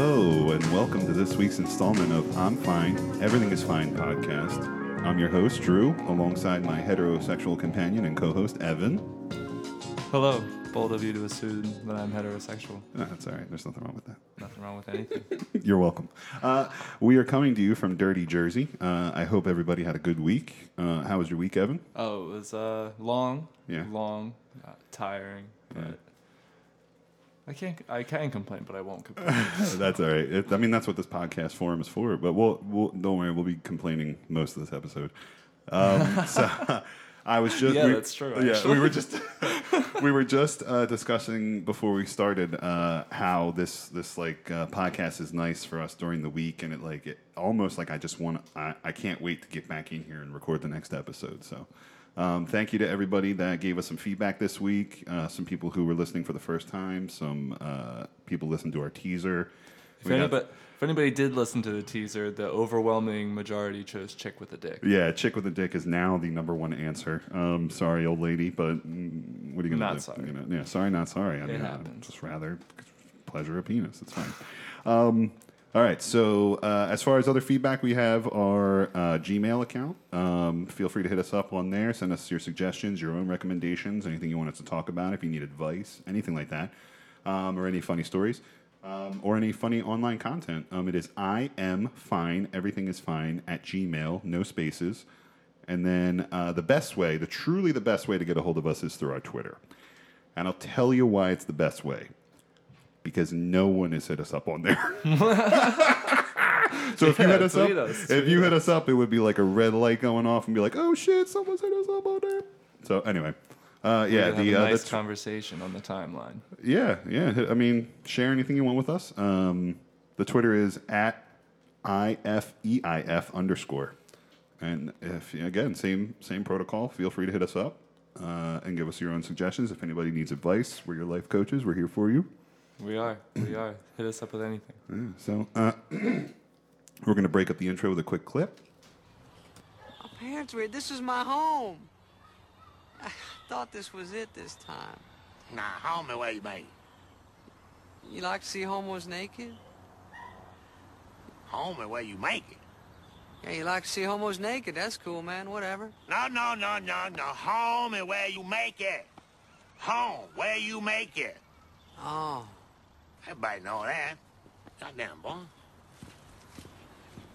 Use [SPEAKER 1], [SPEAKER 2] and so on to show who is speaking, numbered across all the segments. [SPEAKER 1] and welcome to this week's installment of I'm Fine, Everything is Fine podcast. I'm your host, Drew, alongside my heterosexual companion and co host, Evan.
[SPEAKER 2] Hello. Bold of you to assume that I'm heterosexual.
[SPEAKER 1] No, Ah, that's all right, there's nothing wrong with that.
[SPEAKER 2] Nothing wrong with anything.
[SPEAKER 1] You're welcome. Uh, we are coming to you from Dirty Jersey. Uh, I hope everybody had a good week. Uh, how was your week, Evan?
[SPEAKER 2] Oh, it was uh, long,
[SPEAKER 1] Yeah.
[SPEAKER 2] long, uh, tiring, but
[SPEAKER 1] Yeah.
[SPEAKER 2] I can't. I can complain, but I won't complain.
[SPEAKER 1] that's all right. It, I mean, that's what this podcast forum is for. But we'll, we'll don't worry, we'll be complaining most of this episode. Um, so I was just
[SPEAKER 2] Yeah, that's true,
[SPEAKER 1] Yeah, we
[SPEAKER 2] actually.
[SPEAKER 1] were just we were just uh, discussing before we started uh, how this this like uh, podcast is nice for us during the week, and it like it almost like I just want I, I can't wait to get back in here and record the next episode. So. Um, thank you to everybody that gave us some feedback this week. Uh, some people who were listening for the first time. Some uh, people listened to our teaser.
[SPEAKER 2] if,
[SPEAKER 1] We got-
[SPEAKER 2] anybody, if anybody did listen to the teaser, the overwhelming majority chose "Chick with a Dick."
[SPEAKER 1] Yeah, chick with a dick is now the number one answer. Um, sorry, old lady, but mm, what are you gonna
[SPEAKER 2] Not
[SPEAKER 1] do?
[SPEAKER 2] sorry.
[SPEAKER 1] You know, yeah, sorry, not sorry. I mean, I'd
[SPEAKER 2] happens.
[SPEAKER 1] just rather pleasure a penis. It's fine. um, all right. So uh, as far as other feedback, we have our uh, Gmail account. Um, feel free to hit us up on there. Send us your suggestions, your own recommendations, anything you want us to talk about. If you need advice, anything like that, um, or any funny stories. Um, or any funny online content. Um, it is I am fine. Everything is fine at Gmail. No spaces. And then uh, the best way, the truly the best way to get a hold of us is through our Twitter. And I'll tell you why it's the best way. Because no one has hit us up on there. so if you
[SPEAKER 2] Yeah,
[SPEAKER 1] hit us up,
[SPEAKER 2] tweet us,
[SPEAKER 1] if you hit us up, it would be like a red light going off and be like, "Oh shit, someone's hit us up on there." So anyway, uh, yeah,
[SPEAKER 2] We're gonna have
[SPEAKER 1] the,
[SPEAKER 2] a
[SPEAKER 1] uh,
[SPEAKER 2] nice
[SPEAKER 1] the tw-
[SPEAKER 2] conversation on the timeline.
[SPEAKER 1] yeah, yeah. I mean, share anything you want with us. Um, the Twitter is at ifeif underscore, and if again same same protocol, feel free to hit us up uh, and give us your own suggestions. If anybody needs advice, we're your life coaches. We're here for you.
[SPEAKER 2] We are. We are. Hit us up with anything.
[SPEAKER 1] Yeah, so uh, we're gonna break up the intro with a quick clip.
[SPEAKER 3] My parents were, this is my home. I thought this was it this time.
[SPEAKER 4] Nah, home away, mate.
[SPEAKER 3] You like to see homos naked?
[SPEAKER 4] Home away, you make it.
[SPEAKER 3] Yeah, you like to see homos naked. That's cool, man. Whatever.
[SPEAKER 4] No, no, no, no, no. Home and where you make it. Home, where you make it.
[SPEAKER 3] Oh,
[SPEAKER 4] Everybody know that. Goddamn, boy.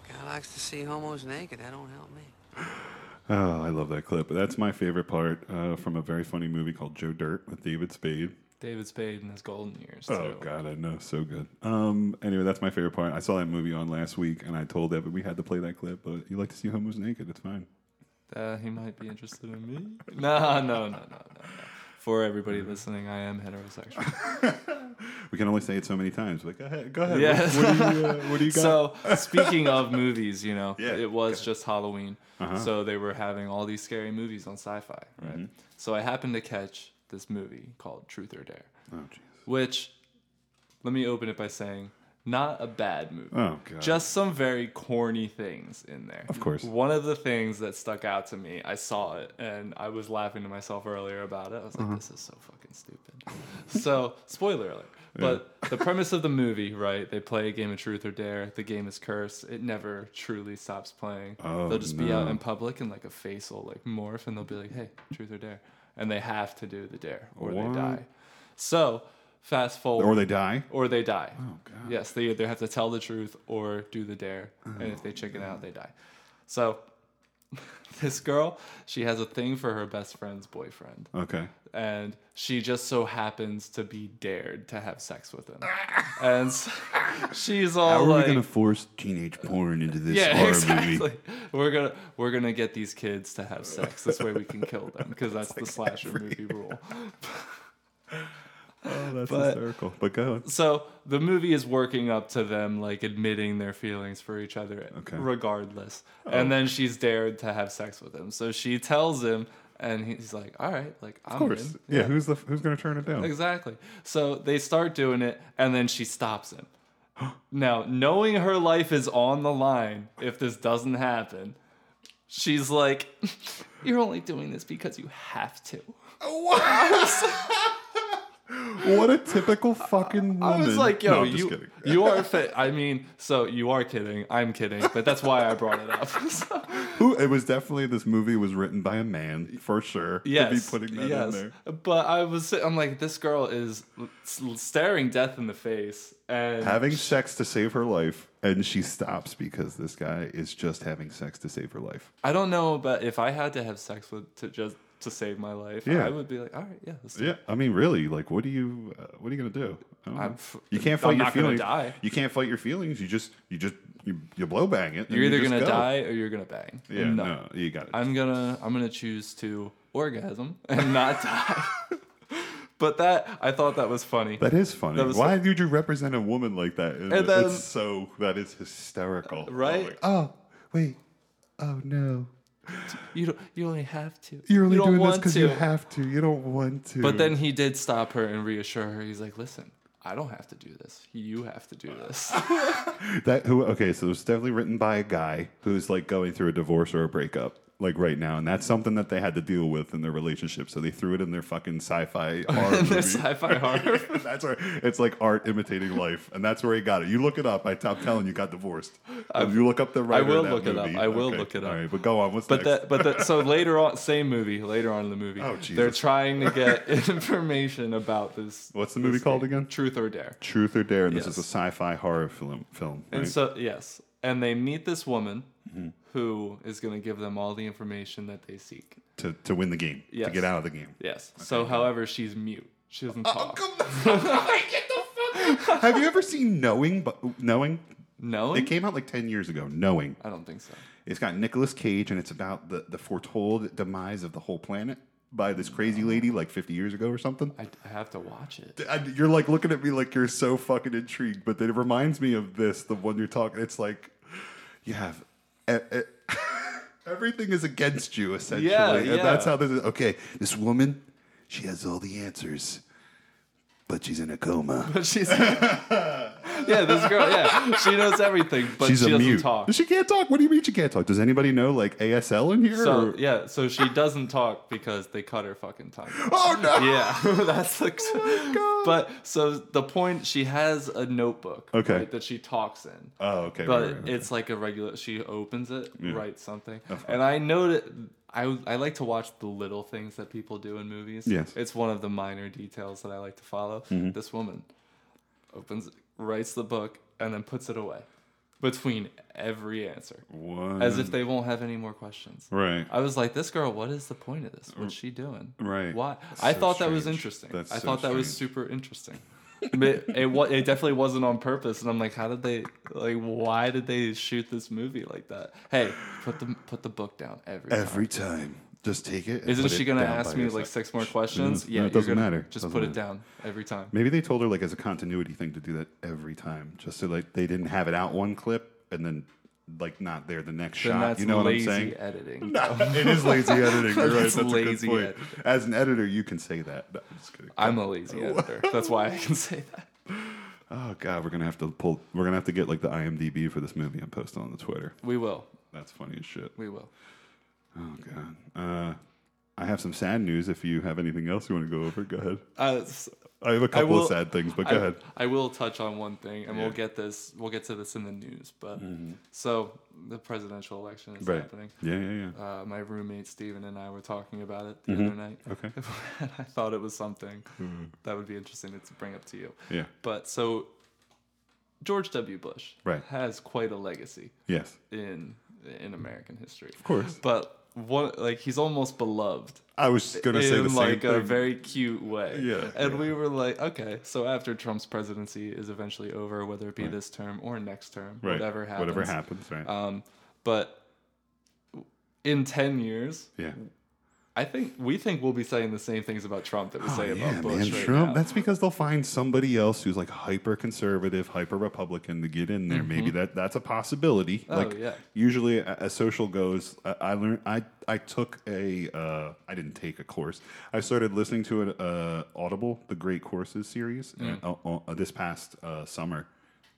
[SPEAKER 3] guy likes to see homos naked. That don't help me.
[SPEAKER 1] Oh, I love that clip. That's my favorite part uh, from a very funny movie called Joe Dirt with David Spade.
[SPEAKER 2] David Spade in his golden years.
[SPEAKER 1] Oh
[SPEAKER 2] too.
[SPEAKER 1] god, I know, so good. Um, anyway, that's my favorite part. I saw that movie on last week, and I told Evan we had to play that clip. But you like to see homos naked? It's fine.
[SPEAKER 2] Uh, he might be interested in me. No, no, no, no, no, no. For everybody listening, I am heterosexual.
[SPEAKER 1] We can only say it so many times. Like, go ahead, go ahead.
[SPEAKER 2] Yes.
[SPEAKER 1] What, what do you, uh, what do you got?
[SPEAKER 2] So speaking of movies, you know,
[SPEAKER 1] Yeah,
[SPEAKER 2] it was just Halloween,
[SPEAKER 1] Uh-huh. Mm-hmm.
[SPEAKER 2] so they were having all these scary movies on Sci-Fi, right? So I happened to catch this movie called Truth or Dare,
[SPEAKER 1] oh jeez.
[SPEAKER 2] which let me open it by saying not a bad movie.
[SPEAKER 1] Oh god.
[SPEAKER 2] Just some very corny things in there. Of
[SPEAKER 1] course.
[SPEAKER 2] One of the things that stuck out to me, I saw it and I was laughing to myself earlier about it. I was
[SPEAKER 1] Uh-huh.
[SPEAKER 2] like, this is so fucking stupid. so, spoiler alert. But the premise of the movie, right? They play a game of truth or dare. The game is cursed. It never truly stops playing.
[SPEAKER 1] Oh,
[SPEAKER 2] they'll just be out
[SPEAKER 1] no.
[SPEAKER 2] in public and like a face will like morph and they'll be like, hey, truth or dare. And they have to do the dare or
[SPEAKER 1] What?
[SPEAKER 2] they die. So, fast forward
[SPEAKER 1] or they die.
[SPEAKER 2] or they die.
[SPEAKER 1] Oh, God.
[SPEAKER 2] Yes, they either have to tell the truth or do the dare, and if they
[SPEAKER 1] Oh,
[SPEAKER 2] chicken out, they die. So, this girl, she has a thing for her best friend's boyfriend,
[SPEAKER 1] Okay.
[SPEAKER 2] and she just so happens to be dared to have sex with him, and so, she's all
[SPEAKER 1] How are
[SPEAKER 2] like,
[SPEAKER 1] we gonna force teenage porn into this
[SPEAKER 2] yeah,
[SPEAKER 1] horror
[SPEAKER 2] exactly.
[SPEAKER 1] movie?
[SPEAKER 2] We're gonna we're gonna get these kids to have sex. This way we can kill them because that's the slasher movie rule.
[SPEAKER 1] Oh, that's
[SPEAKER 2] But-
[SPEAKER 1] hysterical. But go. On.
[SPEAKER 2] so the movie is working up to them like admitting their feelings for each other
[SPEAKER 1] Okay. Oh.
[SPEAKER 2] regardless and then she's dared to have sex with him so she tells him and he's like all right like i'm
[SPEAKER 1] Of course.
[SPEAKER 2] in."
[SPEAKER 1] Yeah. Who's the Who's gonna turn it down?
[SPEAKER 2] exactly so they start doing it and then she stops him now knowing her life is on the line if this doesn't happen she's like you're only doing this because you have to
[SPEAKER 1] What a typical fucking woman.
[SPEAKER 2] I was like, yo,
[SPEAKER 1] No, I'm just
[SPEAKER 2] you
[SPEAKER 1] kidding.
[SPEAKER 2] you are fit. I mean, so you are kidding. I'm kidding, but that's why I brought it up. So,
[SPEAKER 1] Who? It was definitely this movie was written by a man for sure.
[SPEAKER 2] yes,
[SPEAKER 1] to be putting that in
[SPEAKER 2] yes.
[SPEAKER 1] there.
[SPEAKER 2] But I was, sit- I'm like, this girl is l- s- staring death in the face, and
[SPEAKER 1] Having sex to save her life, and she stops because this guy is just having sex to save her life.
[SPEAKER 2] I don't know, but if I had to have sex with to just to save my life,
[SPEAKER 1] Yeah.
[SPEAKER 2] I would be like, all right, yeah, let's do
[SPEAKER 1] Yeah, I mean, really, like, what do you, uh, what are you gonna do? I don't know.
[SPEAKER 2] I'm f-
[SPEAKER 1] you can't
[SPEAKER 2] I'm
[SPEAKER 1] fight your
[SPEAKER 2] not gonna
[SPEAKER 1] feelings.
[SPEAKER 2] die.
[SPEAKER 1] You can't fight your feelings. You just, you just, you, you blow bang it. and
[SPEAKER 2] You're
[SPEAKER 1] you
[SPEAKER 2] either
[SPEAKER 1] just
[SPEAKER 2] gonna
[SPEAKER 1] go.
[SPEAKER 2] die or you're gonna bang.
[SPEAKER 1] Yeah,
[SPEAKER 2] And
[SPEAKER 1] no, you got it.
[SPEAKER 2] I'm gonna I'm gonna choose to orgasm and not die. but that I thought that was funny.
[SPEAKER 1] that is funny.
[SPEAKER 2] That was
[SPEAKER 1] Why would you represent a woman like that? And
[SPEAKER 2] then- Uh,
[SPEAKER 1] it's so that is hysterical.
[SPEAKER 2] Right?
[SPEAKER 1] Like, oh wait, oh no.
[SPEAKER 2] you don't, you only have to.
[SPEAKER 1] You're only
[SPEAKER 2] You don't
[SPEAKER 1] doing this
[SPEAKER 2] want
[SPEAKER 1] because
[SPEAKER 2] to.
[SPEAKER 1] you have to. You don't want to.
[SPEAKER 2] But then he did stop her and reassure her. He's like, "Listen, I don't have to do this. You have to do this."
[SPEAKER 1] that who? Okay, so it's definitely written by a guy who's like going through a divorce or a breakup, like right now, and that's something that they had to deal with in their relationship. So they threw it in their fucking sci-fi horror
[SPEAKER 2] in
[SPEAKER 1] movie.
[SPEAKER 2] their sci-fi horror.
[SPEAKER 1] that's where it's like art imitating life, and that's where he got it. You look it up. I top telling you got divorced. If you look up the writer, of
[SPEAKER 2] will
[SPEAKER 1] that
[SPEAKER 2] look it up.
[SPEAKER 1] movie-
[SPEAKER 2] I will look it up.
[SPEAKER 1] All right, but go on. What's next?
[SPEAKER 2] But that, but that, so later on, same movie. Later on in the movie,
[SPEAKER 1] Oh,
[SPEAKER 2] they're
[SPEAKER 1] Jesus.
[SPEAKER 2] trying to get information about this.
[SPEAKER 1] What's the movie
[SPEAKER 2] this
[SPEAKER 1] called
[SPEAKER 2] thing,
[SPEAKER 1] again?
[SPEAKER 2] Truth or Dare.
[SPEAKER 1] Truth or Dare, and this is
[SPEAKER 2] Yes.
[SPEAKER 1] a sci-fi horror film. Film.
[SPEAKER 2] And
[SPEAKER 1] right? Mm-hmm.
[SPEAKER 2] so yes, and they meet this woman who is going to give them all the information that they seek.
[SPEAKER 1] to to win the game,
[SPEAKER 2] Yes.
[SPEAKER 1] to get out of the game.
[SPEAKER 2] Yes. Uh, oh, so, however, she's mute. She doesn't talk.
[SPEAKER 1] Have you ever seen Knowing? But Knowing,
[SPEAKER 2] No,
[SPEAKER 1] it came out like ten years ago. Knowing,
[SPEAKER 2] I don't think so.
[SPEAKER 1] it's got Nicolas Cage, and it's about the the foretold demise of the whole planet by this crazy lady like fifty years ago or something.
[SPEAKER 2] I, I have to watch it.
[SPEAKER 1] I, you're like looking at me like you're so fucking intrigued, but then it reminds me of this, the one you're talking. It's like you have e- e- everything is against you essentially,
[SPEAKER 2] Yeah,
[SPEAKER 1] and that's
[SPEAKER 2] yeah.
[SPEAKER 1] how this is. Okay, this woman, she has all the answers, but she's in a coma.
[SPEAKER 2] But she's yeah, this girl. Yeah, she knows everything, but
[SPEAKER 1] she's
[SPEAKER 2] she
[SPEAKER 1] a
[SPEAKER 2] doesn't
[SPEAKER 1] mute.
[SPEAKER 2] talk.
[SPEAKER 1] She can't talk. What do you mean she can't talk? Does anybody know like ASL in here?
[SPEAKER 2] So
[SPEAKER 1] or-
[SPEAKER 2] yeah, so she doesn't talk because they cut her fucking tongue. out.
[SPEAKER 1] Oh no!
[SPEAKER 2] Yeah, that's the.
[SPEAKER 1] Oh
[SPEAKER 2] But so the point, she has a notebook.
[SPEAKER 1] Okay.
[SPEAKER 2] right, that she talks in.
[SPEAKER 1] Oh okay.
[SPEAKER 2] but
[SPEAKER 1] right, right, right.
[SPEAKER 2] it's like a regular. She opens it, writes something,
[SPEAKER 1] Of
[SPEAKER 2] and I know that I I like to watch the little things that people do in movies.
[SPEAKER 1] Yes. Mm-hmm.
[SPEAKER 2] it's one of the minor details that I like to follow. This woman opens, writes the book, and then puts it away between every answer,
[SPEAKER 1] One-
[SPEAKER 2] as if they won't have any more questions.
[SPEAKER 1] right.
[SPEAKER 2] I was like, this girl, what is the point of this? What's she doing?
[SPEAKER 1] Right.
[SPEAKER 2] Why? I
[SPEAKER 1] So
[SPEAKER 2] thought that was
[SPEAKER 1] strange.
[SPEAKER 2] interesting.
[SPEAKER 1] That's
[SPEAKER 2] I
[SPEAKER 1] so
[SPEAKER 2] thought that was
[SPEAKER 1] strange.
[SPEAKER 2] super interesting. it, it, wa- it definitely wasn't on purpose. And I'm like, how did they, like, why did they shoot this movie like that? Hey, put the, put the book down every,
[SPEAKER 1] Every
[SPEAKER 2] time.
[SPEAKER 1] time, just take it. and
[SPEAKER 2] Isn't
[SPEAKER 1] put
[SPEAKER 2] she
[SPEAKER 1] it
[SPEAKER 2] going to
[SPEAKER 1] down
[SPEAKER 2] ask
[SPEAKER 1] by
[SPEAKER 2] me,
[SPEAKER 1] yourself.
[SPEAKER 2] like, six more questions?
[SPEAKER 1] No,
[SPEAKER 2] yeah,
[SPEAKER 1] it
[SPEAKER 2] you're
[SPEAKER 1] doesn't
[SPEAKER 2] gonna
[SPEAKER 1] matter.
[SPEAKER 2] Just
[SPEAKER 1] Doesn't
[SPEAKER 2] put it
[SPEAKER 1] matter.
[SPEAKER 2] down every time.
[SPEAKER 1] Maybe they told her like as a continuity thing to do that every time, just so like they didn't have it out one clip and then like not there the next
[SPEAKER 2] Then
[SPEAKER 1] shot.
[SPEAKER 2] that's
[SPEAKER 1] You know what I'm
[SPEAKER 2] lazy
[SPEAKER 1] saying?
[SPEAKER 2] editing.
[SPEAKER 1] it is lazy editing. You're right.
[SPEAKER 2] That's
[SPEAKER 1] That's a good
[SPEAKER 2] lazy
[SPEAKER 1] point.
[SPEAKER 2] editing.
[SPEAKER 1] As an editor, you can say that. No, I'm just kidding.
[SPEAKER 2] I'm a lazy editor. That's why I can say that.
[SPEAKER 1] Oh god, we're gonna have to pull. We're gonna have to get like the IMDb for this movie and post it on the Twitter.
[SPEAKER 2] We will.
[SPEAKER 1] That's funny as shit.
[SPEAKER 2] We will.
[SPEAKER 1] Oh god. Uh, I have some sad news. If you have anything else you want to go over, go ahead.
[SPEAKER 2] Uh, s-
[SPEAKER 1] I have a couple
[SPEAKER 2] will-
[SPEAKER 1] of sad things, but go
[SPEAKER 2] I,
[SPEAKER 1] ahead.
[SPEAKER 2] I will touch on one thing, and we'll
[SPEAKER 1] Yeah. Mm-hmm.
[SPEAKER 2] get this. We'll get to this in the news. But so the presidential election is happening.
[SPEAKER 1] Yeah, yeah, yeah.
[SPEAKER 2] Uh, my roommate Steven and I were talking about it the other night.
[SPEAKER 1] Mm-hmm. Okay. Mm-hmm.
[SPEAKER 2] and I thought it was something that would be interesting to bring up to you.
[SPEAKER 1] Yeah.
[SPEAKER 2] But so George W. Bush
[SPEAKER 1] Right.
[SPEAKER 2] has quite a legacy
[SPEAKER 1] yes.
[SPEAKER 2] in in American history. Of
[SPEAKER 1] course.
[SPEAKER 2] But one like he's almost beloved
[SPEAKER 1] I was gonna say
[SPEAKER 2] in
[SPEAKER 1] the
[SPEAKER 2] like
[SPEAKER 1] same
[SPEAKER 2] a
[SPEAKER 1] thing.
[SPEAKER 2] very cute way.
[SPEAKER 1] Yeah,
[SPEAKER 2] And
[SPEAKER 1] yeah.
[SPEAKER 2] we were like, okay, so after Trump's presidency is eventually over, whether it be this term or next term,
[SPEAKER 1] Right.
[SPEAKER 2] whatever happens.
[SPEAKER 1] Whatever happens, right?
[SPEAKER 2] Um, but in ten years,
[SPEAKER 1] yeah. Oh,
[SPEAKER 2] I think we think we'll be saying the same things about Trump that we say about
[SPEAKER 1] Oh, yeah,
[SPEAKER 2] Bush
[SPEAKER 1] man,
[SPEAKER 2] right
[SPEAKER 1] Trump.
[SPEAKER 2] now.
[SPEAKER 1] That's because they'll find somebody else who's like hyper conservative, hyper Republican to get in there. Maybe that that's a possibility.
[SPEAKER 2] Mm-hmm. Oh,
[SPEAKER 1] like
[SPEAKER 2] yeah.
[SPEAKER 1] usually a- as social goes, I, I learned I I took a uh, I didn't take a course. I started listening to an uh, Audible, the Great Courses series,
[SPEAKER 2] Mm.
[SPEAKER 1] and, uh, uh, this past uh, summer.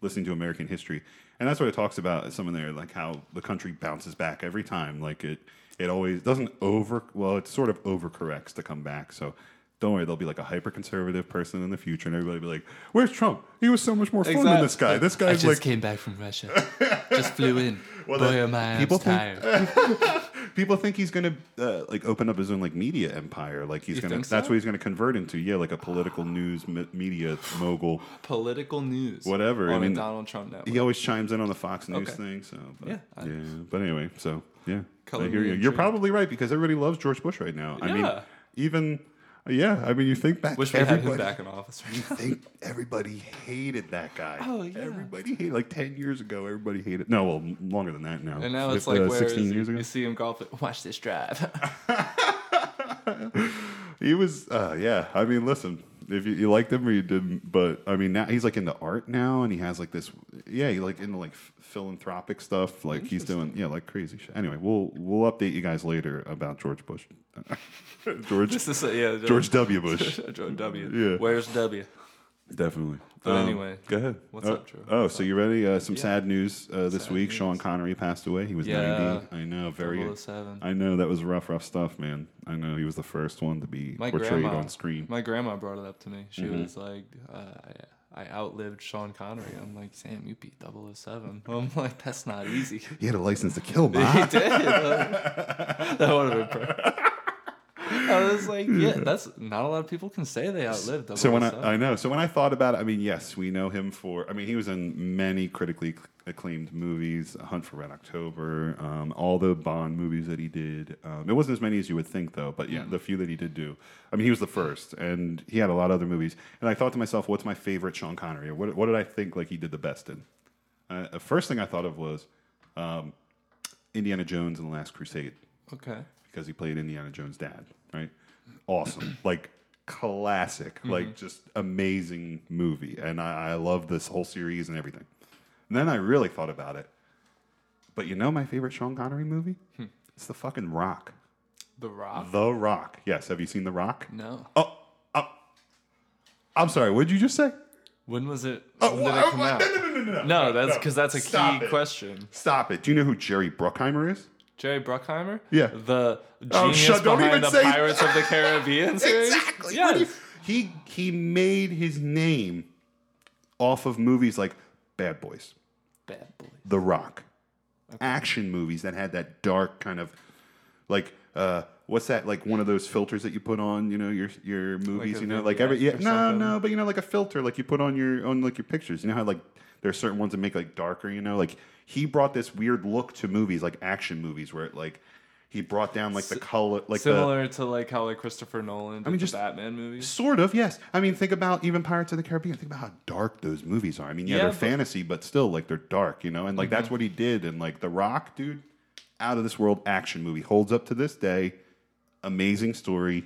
[SPEAKER 1] Listening to American history, and that's what it talks about. Some in there, like how the country bounces back every time. Like it, it always doesn't over. Well, it sort of overcorrects to come back. So Don't worry, there'll be like a hyper conservative person in the future, and everybody will be like, "Where's Trump? He was so much more fun than
[SPEAKER 2] Exact-
[SPEAKER 1] this guy. This
[SPEAKER 2] I
[SPEAKER 1] guy's
[SPEAKER 2] just
[SPEAKER 1] like
[SPEAKER 2] came back from Russia. just flew in.
[SPEAKER 1] Well,
[SPEAKER 2] Boy,
[SPEAKER 1] then,
[SPEAKER 2] am I
[SPEAKER 1] people
[SPEAKER 2] people
[SPEAKER 1] think-
[SPEAKER 2] tired.
[SPEAKER 1] people think he's gonna uh, like open up his own like media empire. Like he's
[SPEAKER 2] You
[SPEAKER 1] gonna
[SPEAKER 2] think so?
[SPEAKER 1] that's what he's gonna convert into. Yeah, like a political news me- media mogul.
[SPEAKER 2] Political news.
[SPEAKER 1] Whatever, I
[SPEAKER 2] On
[SPEAKER 1] mean,
[SPEAKER 2] a Donald Trump network.
[SPEAKER 1] He always chimes in on the Fox News
[SPEAKER 2] Okay.
[SPEAKER 1] thing. So but,
[SPEAKER 2] Yeah, I-
[SPEAKER 1] but anyway, so yeah,
[SPEAKER 2] Color
[SPEAKER 1] I hear
[SPEAKER 2] me
[SPEAKER 1] you. You're
[SPEAKER 2] intrigued.
[SPEAKER 1] probably right because everybody loves George Bush right now. I mean,
[SPEAKER 2] Yeah.
[SPEAKER 1] even yeah, I mean, you think back,
[SPEAKER 2] Wish we had him
[SPEAKER 1] everybody-
[SPEAKER 2] back in office.
[SPEAKER 1] you think everybody hated that guy.
[SPEAKER 2] Oh, yeah.
[SPEAKER 1] Everybody hated like ten years ago. Everybody hated. No, well, m- longer than that now.
[SPEAKER 2] And now it's
[SPEAKER 1] Fif-
[SPEAKER 2] like,
[SPEAKER 1] uh,
[SPEAKER 2] where is
[SPEAKER 1] sixteen
[SPEAKER 2] he?
[SPEAKER 1] years ago.
[SPEAKER 2] You see him golf. Watch this drive.
[SPEAKER 1] He was, uh, yeah. I mean, listen, if you, you liked him or you didn't, but I mean, now he's like into art now, and he has like this, yeah, he like into like f- philanthropic stuff. Like he's doing, yeah, like crazy shit. Anyway, we'll we'll update you guys later about George Bush, George
[SPEAKER 2] this is yeah.
[SPEAKER 1] George W. Bush,
[SPEAKER 2] George W.
[SPEAKER 1] Yeah.
[SPEAKER 2] Where's W?
[SPEAKER 1] definitely. Um,
[SPEAKER 2] But anyway,
[SPEAKER 1] go ahead.
[SPEAKER 2] what's
[SPEAKER 1] oh,
[SPEAKER 2] up, Drew?
[SPEAKER 1] Oh, so you ready? Uh, some
[SPEAKER 2] Yeah.
[SPEAKER 1] sad news uh, this
[SPEAKER 2] Sad
[SPEAKER 1] week.
[SPEAKER 2] news.
[SPEAKER 1] Sean Connery passed away. He was
[SPEAKER 2] Yeah.
[SPEAKER 1] ninety. I know, very.
[SPEAKER 2] 007.
[SPEAKER 1] I know that was rough, rough stuff, man. I know he was the first one to be
[SPEAKER 2] My
[SPEAKER 1] portrayed
[SPEAKER 2] grandma
[SPEAKER 1] on screen. Mm-hmm.
[SPEAKER 2] My grandma brought it up to me. She was like, uh, I, "I outlived Sean Connery." I'm like, "Sam, you beat 007." I'm like, "That's not easy."
[SPEAKER 1] he had a license to kill, man.
[SPEAKER 2] he did. that would have been. Perfect. I was like, "Yeah, that's not a lot of people can say they outlived 007."
[SPEAKER 1] So when I, I know, so when I thought about it, I mean, yes, we know him for. I mean, he was in many critically acc- acclaimed movies, Hunt for Red October, um, all the Bond movies that he did. Um, it wasn't as many as you would think, though. But yeah, the few that he did do, I mean, he was the first, and he had a lot of other movies. And I thought to myself, what's my favorite Sean Connery? Or what, what did I think like he did the best in? Uh, the first thing I thought of was um, Indiana Jones and the Last Crusade
[SPEAKER 2] okay,
[SPEAKER 1] because he played Indiana Jones' dad, right? Awesome, like classic, like just amazing movie, and I, I love this whole series and everything. And then I really thought about it, but you know my favorite Sean Connery movie? It's The fucking Rock.
[SPEAKER 2] The Rock.
[SPEAKER 1] The Rock. Yes, have you seen The Rock?
[SPEAKER 2] no.
[SPEAKER 1] Oh, oh. I'm sorry. What did you just say?
[SPEAKER 2] When was it?
[SPEAKER 1] Oh,
[SPEAKER 2] when did
[SPEAKER 1] well,
[SPEAKER 2] it come
[SPEAKER 1] I-
[SPEAKER 2] out?
[SPEAKER 1] No, no, no, no, no.
[SPEAKER 2] No, that's because that's a
[SPEAKER 1] Stop
[SPEAKER 2] key
[SPEAKER 1] it.
[SPEAKER 2] question.
[SPEAKER 1] Stop it. Do you know who Jerry Bruckheimer is?
[SPEAKER 2] Jerry Bruckheimer?
[SPEAKER 1] Yeah.
[SPEAKER 2] The genius
[SPEAKER 1] Oh, shut- don't
[SPEAKER 2] behind
[SPEAKER 1] even
[SPEAKER 2] the
[SPEAKER 1] say-
[SPEAKER 2] Pirates of the Caribbean series?
[SPEAKER 1] Exactly. What do you-
[SPEAKER 2] Yes.
[SPEAKER 1] He he made his name off of movies like Bad Boys,
[SPEAKER 2] Bad boy.
[SPEAKER 1] The Rock, action movies that had that dark kind of like uh what's that like one of those filters that you put on you know your your movies
[SPEAKER 2] a
[SPEAKER 1] you know like
[SPEAKER 2] vignette
[SPEAKER 1] every yeah
[SPEAKER 2] or
[SPEAKER 1] no
[SPEAKER 2] something?
[SPEAKER 1] no but you know like a filter like you put on your on like your pictures you know how like there are certain ones that make like darker you know like he brought this weird look to movies like action movies where it like he brought down like the color like the,
[SPEAKER 2] Similar to like how like Christopher Nolan did
[SPEAKER 1] mean,
[SPEAKER 2] the
[SPEAKER 1] just-
[SPEAKER 2] Batman movies.
[SPEAKER 1] Sort of, yes. I mean, think about even Pirates of the Caribbean. Think about how dark those movies are. I mean, yeah,
[SPEAKER 2] Yeah,
[SPEAKER 1] they're
[SPEAKER 2] but- Mm-hmm.
[SPEAKER 1] fantasy, but still, like they're dark, you know. And like that's what he did. And like The Rock, dude, out of this world action movie holds up to this day. Amazing story.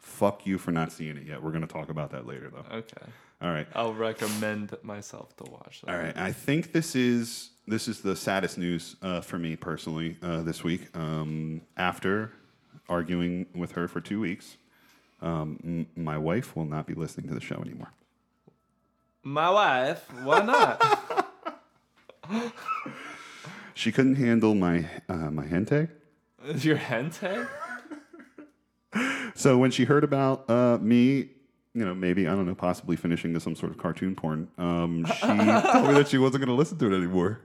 [SPEAKER 1] Fuck you for not seeing it yet. We're gonna talk about that later, though.
[SPEAKER 2] Okay.
[SPEAKER 1] All right,
[SPEAKER 2] I'll recommend myself to watch that.
[SPEAKER 1] all right. I think this is this is the saddest news uh, for me personally uh, this week. Um, after arguing with her for two weeks, um, m- my wife will not be listening to the show anymore.
[SPEAKER 2] My wife, why not?
[SPEAKER 1] She couldn't handle my uh, my hente.
[SPEAKER 2] Your hente?
[SPEAKER 1] So when she heard about uh, me, you know, maybe I don't know, possibly finishing to some sort of cartoon porn, um, she told me that she wasn't going to listen to it anymore.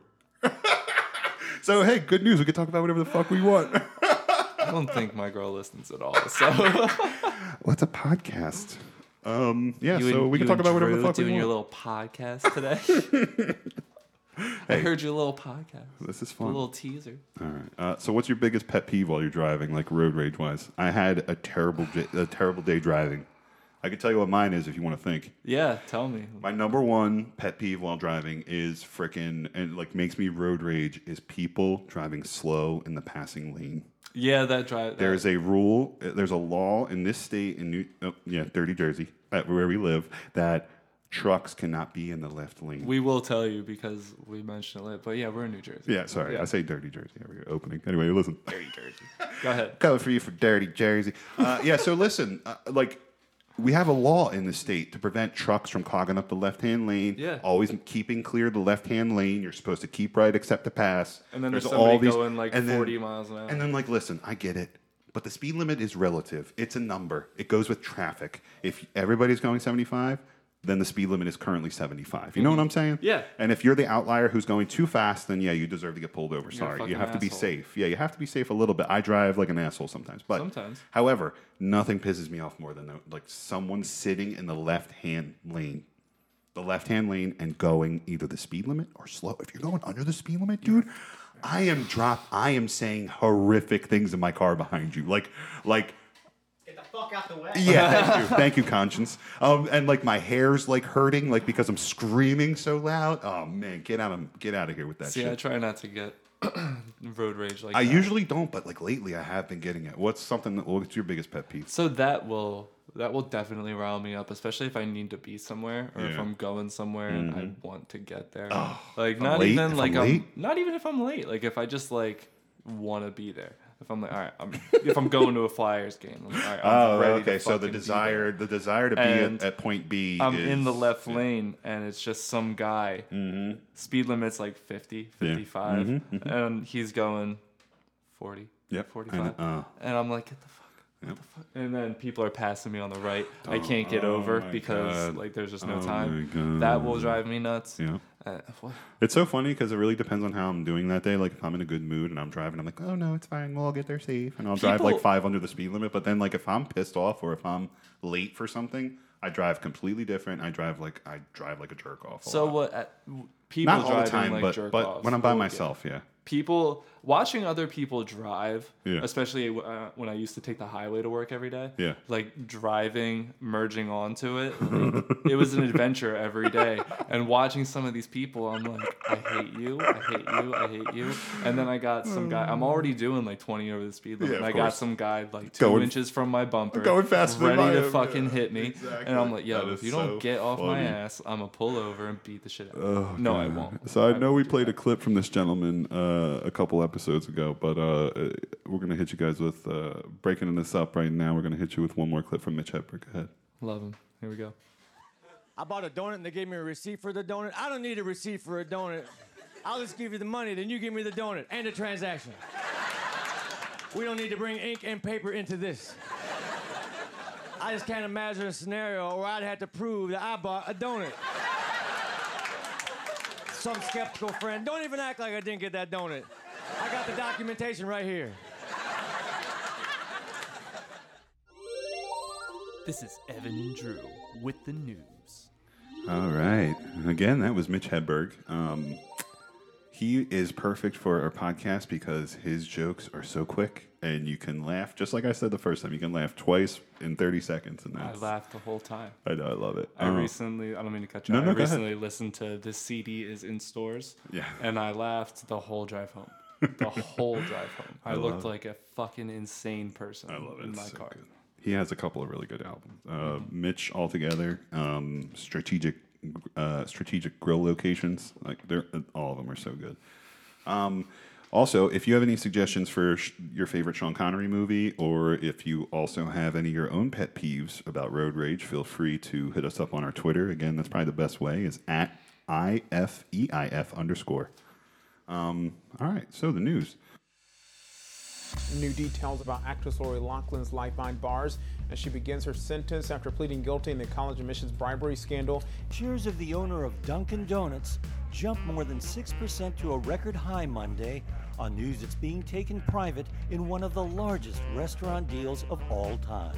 [SPEAKER 1] so hey, good news. We can talk about whatever the fuck we want.
[SPEAKER 2] I don't think my girl listens at all. So
[SPEAKER 1] What's a podcast? Um, yeah,
[SPEAKER 2] You
[SPEAKER 1] so
[SPEAKER 2] and-
[SPEAKER 1] we can
[SPEAKER 2] you
[SPEAKER 1] talk
[SPEAKER 2] and
[SPEAKER 1] about whatever the
[SPEAKER 2] Drew
[SPEAKER 1] fuck we
[SPEAKER 2] doing
[SPEAKER 1] want.
[SPEAKER 2] your little podcast today. I heard your little podcast.
[SPEAKER 1] this is
[SPEAKER 2] A
[SPEAKER 1] fun.
[SPEAKER 2] little teaser.
[SPEAKER 1] All right. Uh, so, what's your biggest pet peeve while you're driving, like road rage wise? I had a terrible, j- a terrible day driving. I can tell you what mine is if you want to think.
[SPEAKER 2] Yeah, tell me.
[SPEAKER 1] My number one pet peeve while driving is freaking and like makes me road rage is people driving slow in the passing lane.
[SPEAKER 2] Yeah, that drive.
[SPEAKER 1] There is a rule, uh, there's a law in this state in New oh, yeah, dirty Jersey, uh, where we live, that trucks cannot be in the left lane.
[SPEAKER 2] We will tell you because we mentioned it, later, but yeah, we're in New Jersey.
[SPEAKER 1] yeah, sorry, I say dirty Jersey every opening. Anyway, listen. Dirty Jersey.
[SPEAKER 2] Go ahead.
[SPEAKER 1] Coming for you for dirty Jersey. Uh, yeah, so listen, uh, like, we have a law in the state to prevent trucks from clogging up the left hand lane.
[SPEAKER 2] Yeah.
[SPEAKER 1] Always keeping clear the left hand lane. You're supposed to keep right except to pass.
[SPEAKER 2] And then there's somebody going, like, 40 miles an hour.
[SPEAKER 1] And then, like, listen, I get it. But the speed limit is relative. It's a number. It goes with traffic. If everybody's going 75, then the speed limit is currently 75. You know what I'm saying?
[SPEAKER 2] Mm-hmm. Yeah.
[SPEAKER 1] And if you're the outlier who's going too fast, then yeah, you deserve to get pulled over.
[SPEAKER 2] a
[SPEAKER 1] Sorry. You
[SPEAKER 2] fucking
[SPEAKER 1] have to be
[SPEAKER 2] asshole.
[SPEAKER 1] safe. Yeah, you have to be safe a little bit. I drive like an asshole sometimes. But
[SPEAKER 2] Sometimes.
[SPEAKER 1] However, nothing pisses me off more than like someone sitting in the left-hand lane the left hand lane and going either the speed limit or slow. If you're going under the speed limit, dude, I am drop I am saying horrific things in my car behind you. Like like
[SPEAKER 5] Get the fuck out the way.
[SPEAKER 1] yeah, thank you. Thank you, conscience. Um and like my hair's like hurting like because I'm screaming so loud. Oh man, get out of get out of here with that
[SPEAKER 2] See, I
[SPEAKER 1] shit.
[SPEAKER 2] try not to get road rage like
[SPEAKER 1] I
[SPEAKER 2] that.
[SPEAKER 1] usually don't, but like lately I have been getting it. What's something that what's your biggest pet peeve?
[SPEAKER 2] So that will that will definitely rile me up, especially if I need to be somewhere or if
[SPEAKER 1] Yeah.
[SPEAKER 2] I'm going somewhere and I want to get there. like not
[SPEAKER 1] late?
[SPEAKER 2] even
[SPEAKER 1] If
[SPEAKER 2] like
[SPEAKER 1] I'm
[SPEAKER 2] I'm,
[SPEAKER 1] late?
[SPEAKER 2] not even if I'm late. Like if I just like want to be there. If I'm like, all right, I'm, if I'm going to a Flyers game, I'm like, all right, I'm
[SPEAKER 1] Oh,
[SPEAKER 2] ready to
[SPEAKER 1] okay. So
[SPEAKER 2] fucking
[SPEAKER 1] the
[SPEAKER 2] be there.
[SPEAKER 1] desire the desire to be
[SPEAKER 2] And
[SPEAKER 1] at, at point B
[SPEAKER 2] I'm
[SPEAKER 1] is,
[SPEAKER 2] in the left
[SPEAKER 1] yeah. Mm-hmm.
[SPEAKER 2] lane and it's just some guy. Speed limit's like 50, 55, and he's going 40,
[SPEAKER 1] Yep, I
[SPEAKER 2] 45.
[SPEAKER 1] know. Uh.
[SPEAKER 2] and I'm like, get the fuck. What
[SPEAKER 1] Yep.
[SPEAKER 2] the fuck? And then people are passing me on the right. I can't get over
[SPEAKER 1] Oh, my
[SPEAKER 2] because
[SPEAKER 1] God.
[SPEAKER 2] like there's just no
[SPEAKER 1] Oh
[SPEAKER 2] time.
[SPEAKER 1] my
[SPEAKER 2] That will drive me nuts.
[SPEAKER 1] Yeah.
[SPEAKER 2] Uh, what?
[SPEAKER 1] It's so funny because it really depends on how I'm doing that day. Like if I'm in a good mood and I'm driving, I'm like, oh no, it's fine. We'll all get there safe, and I'll drive like
[SPEAKER 2] People-
[SPEAKER 1] five under the speed limit. But then like if I'm pissed off or if I'm late for something, I drive completely different. I drive like I drive like a jerk off. a
[SPEAKER 2] So
[SPEAKER 1] lot.
[SPEAKER 2] what? Uh, w- people
[SPEAKER 1] Not all
[SPEAKER 2] driving
[SPEAKER 1] the time,
[SPEAKER 2] like
[SPEAKER 1] but
[SPEAKER 2] jerk
[SPEAKER 1] but
[SPEAKER 2] offs
[SPEAKER 1] when I'm by
[SPEAKER 2] will get-
[SPEAKER 1] myself, yeah.
[SPEAKER 2] people watching other people drive
[SPEAKER 1] Yeah.
[SPEAKER 2] especially uh, when i used to take the highway to work every day
[SPEAKER 1] Yeah.
[SPEAKER 2] like driving merging onto it like, it was an adventure every day and watching some of these people i'm like i hate you i hate you i hate you and then i got some guy i'm already doing like 20 over the speed limit
[SPEAKER 1] Yeah,
[SPEAKER 2] and
[SPEAKER 1] of
[SPEAKER 2] i got
[SPEAKER 1] course.
[SPEAKER 2] some guy like two
[SPEAKER 1] Going-
[SPEAKER 2] inches from my bumper
[SPEAKER 1] Going faster than
[SPEAKER 2] ready
[SPEAKER 1] I
[SPEAKER 2] to
[SPEAKER 1] am,
[SPEAKER 2] fucking
[SPEAKER 1] yeah.
[SPEAKER 2] hit me
[SPEAKER 1] Exactly.
[SPEAKER 2] and i'm like yo
[SPEAKER 1] That
[SPEAKER 2] if
[SPEAKER 1] is
[SPEAKER 2] you don't
[SPEAKER 1] so
[SPEAKER 2] get off my
[SPEAKER 1] funny. Oh,
[SPEAKER 2] ass i'm gonna pull over and beat the shit out of you no Oh, i won't
[SPEAKER 1] So I know we
[SPEAKER 2] do
[SPEAKER 1] played
[SPEAKER 2] that.
[SPEAKER 1] a clip from this gentleman uh, a couple episodes ago, but uh, uh, we're gonna hit you guys with uh, breaking this up right now. We're gonna hit you with one more clip from Mitch Hedberg. Go ahead.
[SPEAKER 2] love him here we go
[SPEAKER 6] I bought a donut and they gave me a receipt for the donut. I don't need a receipt for a donut. I'll just give you the money, then you give me the donut and the transaction. We don't need to bring ink and paper into this. I just can't imagine a scenario where I'd have to prove that I bought a donut. Some skeptical friend, don't even act like I didn't get that donut. I got the documentation right here.
[SPEAKER 7] This is Evan and Drew with the news.
[SPEAKER 1] All right. Again, that was Mitch Hedberg. Um, he is perfect for our podcast because his jokes are so quick and you can laugh. Just like I said the first time, you can laugh twice in 30 seconds. And
[SPEAKER 2] I
[SPEAKER 1] that's,
[SPEAKER 2] laughed the whole time.
[SPEAKER 1] I know, I love it.
[SPEAKER 2] I
[SPEAKER 1] Um,
[SPEAKER 2] recently, I don't mean to cut you
[SPEAKER 1] No,
[SPEAKER 2] off.
[SPEAKER 1] no,
[SPEAKER 2] I
[SPEAKER 1] go ahead.
[SPEAKER 2] recently listened to This CD is in Stores.
[SPEAKER 1] Yeah.
[SPEAKER 2] And I laughed the whole drive home. The whole drive home. I, looked like a fucking insane person
[SPEAKER 1] I love it.
[SPEAKER 2] in
[SPEAKER 1] It's
[SPEAKER 2] my
[SPEAKER 1] so
[SPEAKER 2] car.
[SPEAKER 1] good. He has a couple of really good albums. Uh, Mitch altogether, um, strategic, uh, strategic grill locations. Like they're uh, all of them are so good. Um, also, if you have any suggestions for sh- your favorite Sean Connery movie, or if you also have any of your own pet peeves about road rage, feel free to hit us up on our Twitter. Again, that's probably the best way is at ifeif underscore. Um, all right, so the news.
[SPEAKER 8] New details about actress Lori Loughlin's life behind bars as she begins her sentence after pleading guilty in the college admissions bribery scandal.
[SPEAKER 9] Shares of the owner of Dunkin' Donuts jumped more than 6% to a record high Monday on news it's being taken private in one of the largest restaurant deals of all time.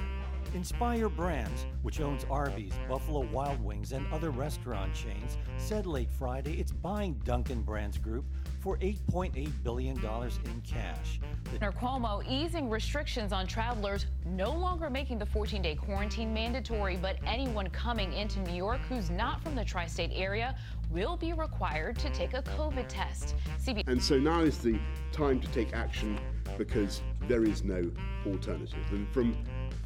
[SPEAKER 9] Inspire Brands, which owns Arby's, Buffalo Wild Wings, and other restaurant chains, said late Friday it's buying Dunkin' Brands Group for $8.8 billion in cash. The
[SPEAKER 10] Governor Cuomo easing restrictions on travelers, no longer making the 14 day quarantine mandatory, but anyone coming into New York who's not from the tri state area will be required to take a COVID test. CB-
[SPEAKER 11] And so now is the time to take action because there is no alternative. And from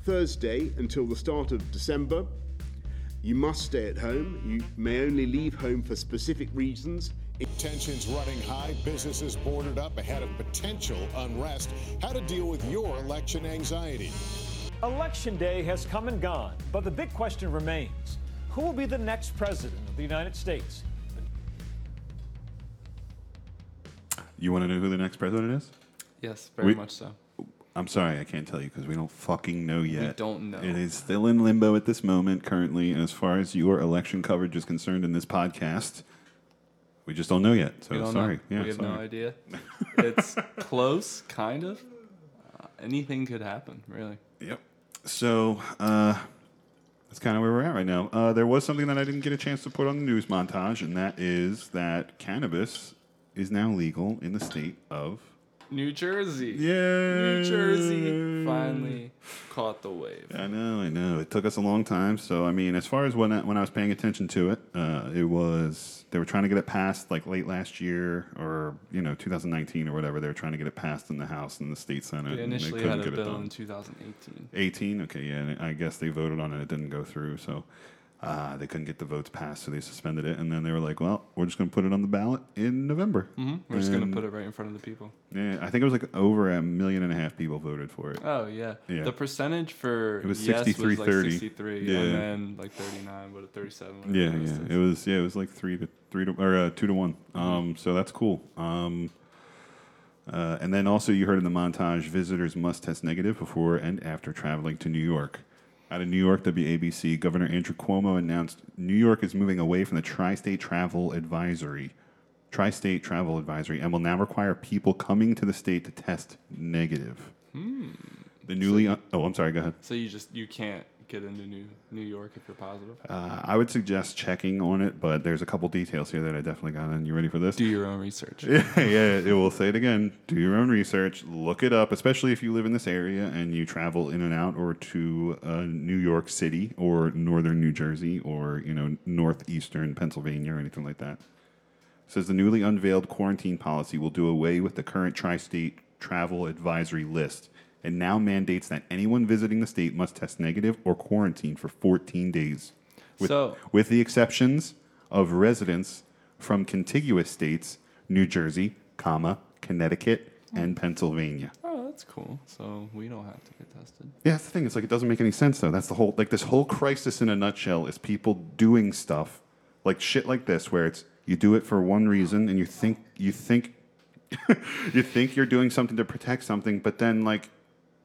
[SPEAKER 11] Thursday until the start of December, you must stay at home. You may only leave home for specific reasons.
[SPEAKER 4] Tensions running high, businesses boarded up ahead of potential unrest. How to deal with your election anxiety.
[SPEAKER 6] Election day has come and gone, but the big question remains who will be the next president of the United States?
[SPEAKER 1] You want to know who the next president is?
[SPEAKER 2] Yes, very
[SPEAKER 1] We- Oh,
[SPEAKER 2] much so.
[SPEAKER 1] I'm sorry, I can't tell you because we don't fucking know yet.
[SPEAKER 2] don't know.
[SPEAKER 1] It is still in limbo at this moment, currently. And as far as your election coverage is concerned in this podcast, we just don't know yet. So
[SPEAKER 2] We don't know.
[SPEAKER 1] sorry. Yeah,
[SPEAKER 2] we have
[SPEAKER 1] sorry.
[SPEAKER 2] no idea. It's close, kind of. Uh, anything could happen, really.
[SPEAKER 1] Yep. So uh, that's kind of where we're at right now. Uh, there was something that I didn't get a chance to put on the news montage, and that is that cannabis is now legal in the state of.
[SPEAKER 2] New Jersey.
[SPEAKER 1] Yay.
[SPEAKER 2] New Jersey finally caught the wave.
[SPEAKER 1] I know, I know. It took us a long time. So I mean, as far as when I, when I was paying attention to it, uh, it was they were trying to get it passed like late last year or you know 2019 or whatever. They were trying to get it passed in the House and the state senate.
[SPEAKER 2] They
[SPEAKER 1] and
[SPEAKER 2] initially had a bill in 2018.
[SPEAKER 1] 18 okay yeah and i guess they voted on it it didn't go through so uh, they couldn't get the votes passed so they suspended it and then they were like well we're just going to put it on the ballot in november
[SPEAKER 2] hmm We're just going
[SPEAKER 1] And-
[SPEAKER 2] to put it right in front of the people.
[SPEAKER 1] yeah i think it was like over a million and a half people voted for it
[SPEAKER 2] Oh, yeah.
[SPEAKER 1] yeah
[SPEAKER 2] The percentage for
[SPEAKER 1] It was
[SPEAKER 2] yes was like
[SPEAKER 1] 63-30.
[SPEAKER 2] 63,
[SPEAKER 1] Yeah.
[SPEAKER 2] and then like 39, what, 37. whatever
[SPEAKER 1] yeah
[SPEAKER 2] the
[SPEAKER 1] yeah
[SPEAKER 2] rest is.
[SPEAKER 1] it was yeah it was like three to three to or uh, two to one um so that's cool um uh, and then also you heard in the montage visitors must test negative before and after traveling to new york out of new york wabc governor andrew cuomo announced new york is moving away from the tri-state travel advisory tri-state travel advisory and will now require people coming to the state to test negative
[SPEAKER 2] Hmm.
[SPEAKER 1] the newly oh i'm sorry go ahead
[SPEAKER 2] So you just you can't get into New New York if you're positive.
[SPEAKER 1] Uh, I would suggest checking on it, but there's a couple details here that I definitely got in. You ready for this? Do
[SPEAKER 2] your own research.
[SPEAKER 1] yeah, yeah, it will say it again. Do your own research. Look it up, especially if you live in this area and you travel in and out or to uh, New York City or northern New Jersey or, you know, northeastern Pennsylvania or anything like that. Says the newly unveiled quarantine policy will do away with the current tri state travel advisory list and now mandates that anyone visiting the state must test negative or quarantine for 14 days. With,
[SPEAKER 2] So-
[SPEAKER 1] with the exceptions of residents from contiguous states, New Jersey, comma, Connecticut, and Pennsylvania.
[SPEAKER 2] Oh, that's cool. So we don't have to get tested.
[SPEAKER 1] Yeah, that's the thing. It's like it doesn't make any sense though. That's the whole like this whole crisis in a nutshell is people doing stuff like shit like this where it's you do it for one reason and you think you think you think you're doing something to protect something, but then like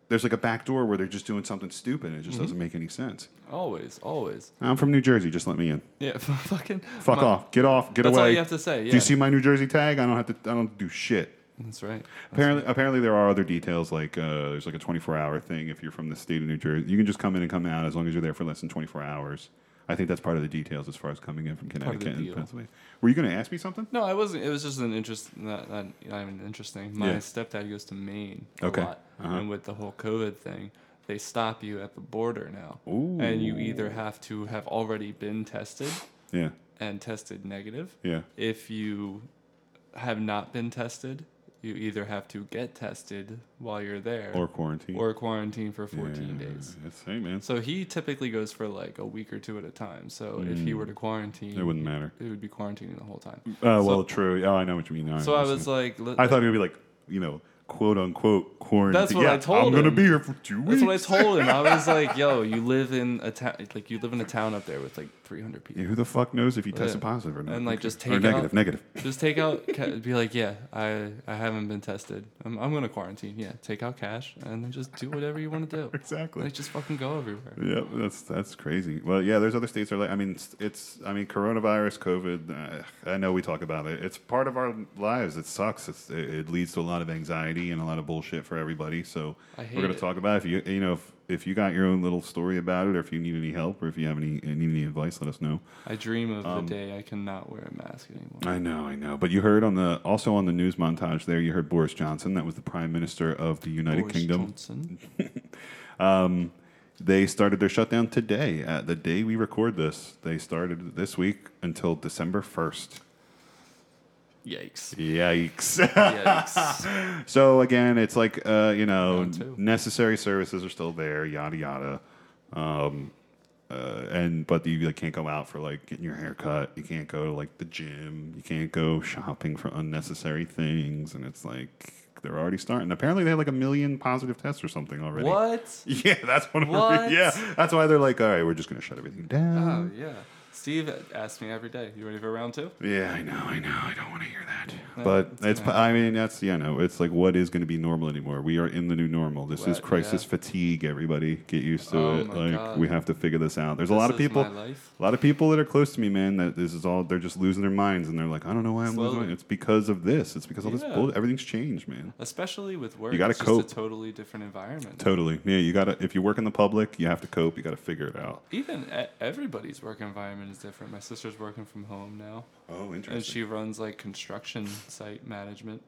[SPEAKER 1] there's like a back door where they're just doing something stupid. and It just
[SPEAKER 2] Mhm.
[SPEAKER 1] doesn't make any sense.
[SPEAKER 2] Always, always.
[SPEAKER 1] I'm from New Jersey. Just let me in.
[SPEAKER 2] Yeah, fucking.
[SPEAKER 1] Fuck
[SPEAKER 2] my-
[SPEAKER 1] off. Get off. Get
[SPEAKER 2] That's
[SPEAKER 1] away.
[SPEAKER 2] all you have to say. Yeah.
[SPEAKER 1] Do you see my New Jersey tag? I don't have to. I don't do shit.
[SPEAKER 2] That's right.
[SPEAKER 1] apparently, apparently there are other details like uh, there's like a 24 hour thing if you're from the state of New Jersey. You can just come in and come out as long as you're there for less than 24 hours. I think that's part of the details as far as coming in from
[SPEAKER 2] Part of the
[SPEAKER 1] Connecticut and
[SPEAKER 2] deal.
[SPEAKER 1] Pennsylvania. Were you going to ask me something?
[SPEAKER 2] No, I wasn't. It was just an interest. Not, not, I mean, interesting. My
[SPEAKER 1] Yeah.
[SPEAKER 2] stepdad goes to Maine a
[SPEAKER 1] Okay.
[SPEAKER 2] lot,
[SPEAKER 1] Uh-huh.
[SPEAKER 2] and with the whole COVID thing, they stop you at the border now, and you either have to have already been tested,
[SPEAKER 1] Yeah.
[SPEAKER 2] and tested negative,
[SPEAKER 1] Yeah.
[SPEAKER 2] If you have not been tested, you either have to get tested while you're there,
[SPEAKER 1] Or quarantine.
[SPEAKER 2] or quarantine for 14
[SPEAKER 1] Yeah,
[SPEAKER 2] days.
[SPEAKER 1] That's hey man.
[SPEAKER 2] So he typically goes for like a week or two at a time. So if he
[SPEAKER 1] Mm.
[SPEAKER 2] were to quarantine,
[SPEAKER 1] It wouldn't matter.
[SPEAKER 2] It would be quarantining the whole time.
[SPEAKER 1] Uh,
[SPEAKER 2] So-
[SPEAKER 1] well, true. Oh, I know what you mean. now.
[SPEAKER 2] So I was
[SPEAKER 1] understand.
[SPEAKER 2] like, let-
[SPEAKER 1] I thought it would be like, you know, quote unquote quarantine.
[SPEAKER 2] That's what
[SPEAKER 1] yeah,
[SPEAKER 2] I told
[SPEAKER 1] I'm
[SPEAKER 2] him.
[SPEAKER 1] gonna be here for two weeks.
[SPEAKER 2] That's what I told him. I was like, "Yo, you live in a town, like you live in a town up there with like 300 people.
[SPEAKER 1] Yeah, who the fuck knows if you tested
[SPEAKER 2] Yeah.
[SPEAKER 1] positive or not?
[SPEAKER 2] And like, just
[SPEAKER 1] Or
[SPEAKER 2] take
[SPEAKER 1] negative,
[SPEAKER 2] out,
[SPEAKER 1] negative.
[SPEAKER 2] Just take out, ca- be like, "Yeah, I I haven't been tested. I'm I'm gonna quarantine. Yeah, take out cash and then just do whatever you want to do.
[SPEAKER 1] exactly.
[SPEAKER 2] Like just fucking go everywhere.
[SPEAKER 1] Yeah, that's that's crazy. Well, yeah, there's other states that are like. I mean, it's, it's I mean, coronavirus, COVID. Uh, I know we talk about it. It's part of our lives. It sucks. It's, it, it leads to a lot of anxiety and a lot of bullshit for everybody. So
[SPEAKER 2] I hate
[SPEAKER 1] we're gonna
[SPEAKER 2] it.
[SPEAKER 1] talk about it. if you you know if, if you got your own little story about it, or if you need any help, or if you have any need any advice, let us know.
[SPEAKER 2] I dream of
[SPEAKER 1] Um,
[SPEAKER 2] the day I cannot wear a mask anymore.
[SPEAKER 1] I know, I know. But you heard on the also on the news montage there, you heard Boris Johnson, that was the Prime Minister of the United
[SPEAKER 2] Boris
[SPEAKER 1] Kingdom.
[SPEAKER 2] Johnson.
[SPEAKER 1] um, they started their shutdown today. Uh, the day we record this, they started this week until December first.
[SPEAKER 2] Yikes.
[SPEAKER 1] Yikes.
[SPEAKER 2] Yikes.
[SPEAKER 1] so again, it's like uh, you know,
[SPEAKER 2] Round two.
[SPEAKER 1] necessary services are still there, yada yada. Um, uh, and but you like, can't go out for like getting your hair cut. You can't go to like the gym. You can't go shopping for unnecessary things. And it's like they're already starting. Apparently, they had like a million positive tests or something already.
[SPEAKER 2] What?
[SPEAKER 1] Yeah, that's what. I'm-
[SPEAKER 2] What?
[SPEAKER 1] Yeah, that's why they're like, all right, we're just gonna shut everything down.
[SPEAKER 2] Oh yeah. Steve asks me every day, "You ready for round two?
[SPEAKER 1] Yeah, I know, I know. I don't want to hear that.
[SPEAKER 2] Yeah,
[SPEAKER 1] But it's,
[SPEAKER 2] gonna
[SPEAKER 1] I mean, that's, you know, it's like what is going to be normal anymore? We are in the new normal. This is
[SPEAKER 2] Right,
[SPEAKER 1] crisis
[SPEAKER 2] yeah.
[SPEAKER 1] fatigue, everybody. Get used to
[SPEAKER 2] Oh
[SPEAKER 1] it.
[SPEAKER 2] my
[SPEAKER 1] Like,
[SPEAKER 2] God.
[SPEAKER 1] we have to figure this out. There's a lot
[SPEAKER 2] This
[SPEAKER 1] of
[SPEAKER 2] is
[SPEAKER 1] people,
[SPEAKER 2] my life.
[SPEAKER 1] a lot of people that are close to me, man, that this is all, they're just losing their minds and they're like, I don't know why I'm losing
[SPEAKER 2] Slowly.
[SPEAKER 1] my It's because of this. It's because all this
[SPEAKER 2] Yeah.
[SPEAKER 1] bull Everything's changed, man.
[SPEAKER 2] Especially with work,
[SPEAKER 1] You got to
[SPEAKER 2] it's just a
[SPEAKER 1] cope.
[SPEAKER 2] totally different environment.
[SPEAKER 1] Totally. Yeah, you got to, if you work in the public, you have to cope. You got to figure it out.
[SPEAKER 2] Even e- everybody's work environment is different. My sister's working from home now.
[SPEAKER 1] Oh, interesting.
[SPEAKER 2] And she runs like construction site management.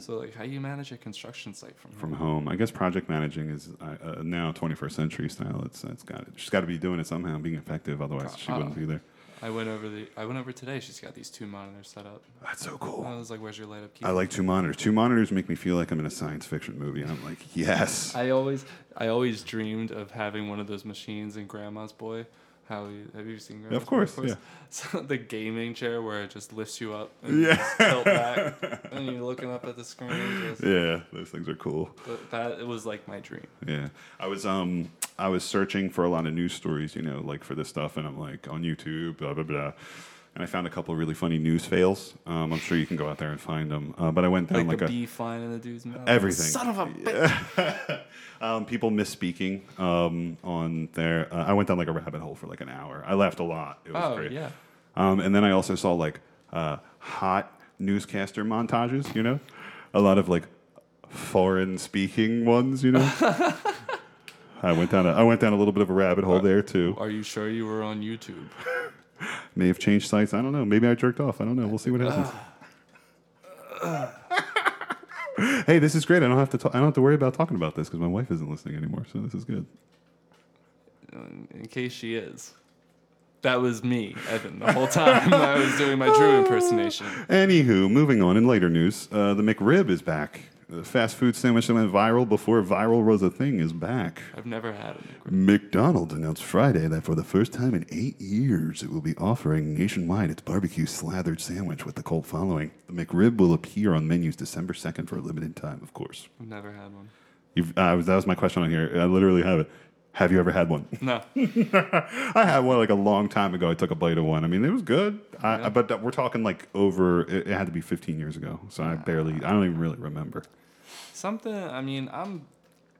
[SPEAKER 2] So like, how do you manage a construction site from
[SPEAKER 1] Hmm. from
[SPEAKER 2] home?
[SPEAKER 1] home. I guess project managing is uh, uh, now 21st century style. It's that's got it. She's got to be doing it somehow, being effective. Otherwise, she wouldn't
[SPEAKER 2] Uh,
[SPEAKER 1] be there.
[SPEAKER 2] I went over the. I went over today. She's got these two monitors set up.
[SPEAKER 1] That's so cool.
[SPEAKER 2] I was like, "Where's your light up?"
[SPEAKER 1] I like two monitors. Two monitors make me feel like I'm in a science fiction movie, and I'm like, yes.
[SPEAKER 2] I always, I always dreamed of having one of those machines in Grandma's Boy. How you, have you seen Grandma's Boy?
[SPEAKER 1] course, yeah.
[SPEAKER 2] So the gaming chair where it just lifts you up and you
[SPEAKER 1] Yeah.
[SPEAKER 2] just tilt back, and you're looking up at the screen. Just,
[SPEAKER 1] Yeah, Oh those things are cool.
[SPEAKER 2] But that it was like my dream.
[SPEAKER 1] Yeah, I was um I was searching for a lot of news stories, you know, like for this stuff, and I'm like on YouTube, blah blah blah, and I found a couple really funny news fails. Um, I'm sure you can go out there and find them. Uh, but I went down
[SPEAKER 2] Like,
[SPEAKER 1] like,
[SPEAKER 2] the
[SPEAKER 1] a
[SPEAKER 2] bee flying in the dude's mouth.
[SPEAKER 1] everything.
[SPEAKER 2] Son of a
[SPEAKER 1] bitch. um, people misspeaking um, on there. Uh, I went down like a rabbit hole for like an hour. I laughed a lot. It was
[SPEAKER 2] Oh,
[SPEAKER 1] great.
[SPEAKER 2] yeah.
[SPEAKER 1] Um, and then I also saw like uh, hot newscaster montages. You know, a lot of like foreign speaking ones. You know. I went down. A, I went down a little bit of a rabbit
[SPEAKER 2] Uh,
[SPEAKER 1] hole there too.
[SPEAKER 2] Are you sure you were on YouTube?
[SPEAKER 1] May have changed sites. I don't know. Maybe I jerked off. I don't know. We'll see what happens. hey, this is great. I don't have to. Ta- I don't have to worry about talking about this because my wife isn't listening anymore. So this is good.
[SPEAKER 2] In in case she is. That was me, Evan, the whole time I was doing my Drew impersonation.
[SPEAKER 1] Anywho, moving on. In later news, uh, the McRib is back. The fast food sandwich that went viral before viral was a thing is back.
[SPEAKER 2] I've never had it.
[SPEAKER 1] McDonald's announced Friday that for the first time in eight years, it will be offering nationwide its barbecue slathered sandwich with the cult following. The McRib will appear on menus December 2nd for a limited time, of course.
[SPEAKER 2] I've never had one.
[SPEAKER 1] You've, uh, that was my question on here. I literally have it. Have you ever had one?
[SPEAKER 2] No.
[SPEAKER 1] I had one like a long time ago. I took a bite of one. I mean, it was good. I, I- but that- we're talking like over. It, it had to be 15 years ago, so I barely. I don't even really remember.
[SPEAKER 2] Something. I mean, I'm,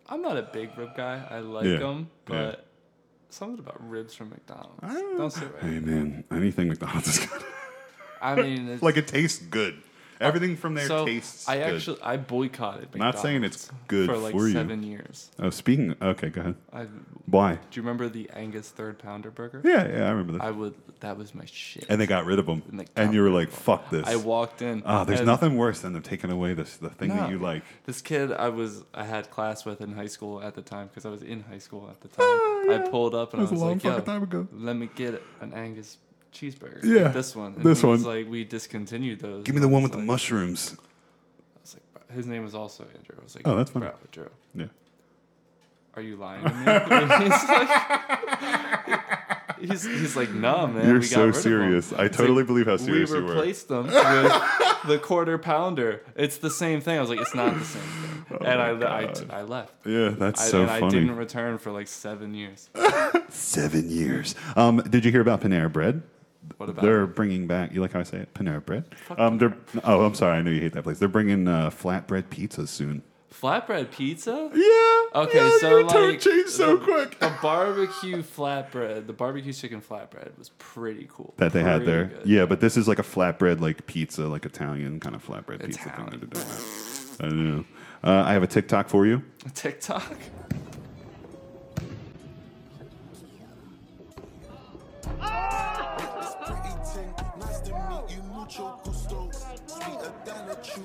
[SPEAKER 2] I'm not a big rib guy. I like
[SPEAKER 1] Yeah,
[SPEAKER 2] them, but
[SPEAKER 1] yeah.
[SPEAKER 2] something about ribs from McDonald's. Don't sit right.
[SPEAKER 1] Hey man, anything McDonald's is good.
[SPEAKER 2] I mean, it's,
[SPEAKER 1] like it tastes good. Everything from there
[SPEAKER 2] so
[SPEAKER 1] tastes.
[SPEAKER 2] I
[SPEAKER 1] good.
[SPEAKER 2] actually I boycotted.
[SPEAKER 1] I'm not saying it's
[SPEAKER 2] McDonald's
[SPEAKER 1] good
[SPEAKER 2] for like
[SPEAKER 1] for you.
[SPEAKER 2] seven years.
[SPEAKER 1] Oh, speaking. okay, go ahead.
[SPEAKER 2] I,
[SPEAKER 1] Why?
[SPEAKER 2] Do you remember the Angus third pounder burger?
[SPEAKER 1] Yeah, yeah, I remember that.
[SPEAKER 2] I would. That was my shit.
[SPEAKER 1] And they got rid of them,
[SPEAKER 2] And they
[SPEAKER 1] and,
[SPEAKER 2] got
[SPEAKER 1] you were like, "Fuck this."
[SPEAKER 2] I walked in.
[SPEAKER 1] Ah, there's
[SPEAKER 2] and-
[SPEAKER 1] nothing worse than them taking away this the thing that
[SPEAKER 2] No.
[SPEAKER 1] you like.
[SPEAKER 2] This kid I was I had class with in high school at the time because I was in high school at the time. I pulled up and
[SPEAKER 1] That was a
[SPEAKER 2] I was
[SPEAKER 1] long
[SPEAKER 2] like, "Yo,
[SPEAKER 1] fucking time ago."
[SPEAKER 2] let me get an Angus cheeseburger." like
[SPEAKER 1] Yeah,
[SPEAKER 2] this one. And
[SPEAKER 1] this
[SPEAKER 2] he was
[SPEAKER 1] one.
[SPEAKER 2] like we discontinued those.
[SPEAKER 1] Give me
[SPEAKER 2] and
[SPEAKER 1] the
[SPEAKER 2] I
[SPEAKER 1] one
[SPEAKER 2] was
[SPEAKER 1] with the
[SPEAKER 2] like-
[SPEAKER 1] mushrooms.
[SPEAKER 2] I was like, "Bro," his name was also Andrew. I was like,
[SPEAKER 1] Oh, that's fine.
[SPEAKER 2] "Bro, Drew,
[SPEAKER 1] Yeah.
[SPEAKER 2] are you lying to me?" he's like, he's, he's like, "No, man,
[SPEAKER 1] You're
[SPEAKER 2] we got
[SPEAKER 1] so
[SPEAKER 2] rid of 'em."
[SPEAKER 1] serious. I
[SPEAKER 2] He's
[SPEAKER 1] totally believe how serious
[SPEAKER 2] We
[SPEAKER 1] you were."
[SPEAKER 2] replaced them with the quarter pounder. It's the same thing. I was like, "It's not the same thing," and I, le- I, t- I left.
[SPEAKER 1] Oh Yeah, that's
[SPEAKER 2] I,
[SPEAKER 1] so
[SPEAKER 2] and I
[SPEAKER 1] funny.
[SPEAKER 2] didn't return for like seven years.
[SPEAKER 1] Seven years. Um, did you hear about Panera Bread?
[SPEAKER 2] What about
[SPEAKER 1] They're bringing back. You like how I say it? Panera Bread. Um, they're. Oh, I'm sorry. I know you hate that place. They're bringing uh, flatbread pizzas soon.
[SPEAKER 2] Flatbread pizza?
[SPEAKER 1] Yeah.
[SPEAKER 2] Okay,
[SPEAKER 1] yeah,
[SPEAKER 2] so
[SPEAKER 1] your tone
[SPEAKER 2] like
[SPEAKER 1] changed so
[SPEAKER 2] the,
[SPEAKER 1] quick.
[SPEAKER 2] the barbecue flatbread, the barbecue chicken flatbread was pretty cool.
[SPEAKER 1] That they had
[SPEAKER 2] Pretty
[SPEAKER 1] there.
[SPEAKER 2] good.
[SPEAKER 1] Yeah, but this is like a flatbread, like pizza, like Italian kind of flatbread pizza thing that
[SPEAKER 2] Italian.
[SPEAKER 1] they're doing. I don't know. Uh, I have a TikTok for you.
[SPEAKER 2] TikTok.
[SPEAKER 5] That's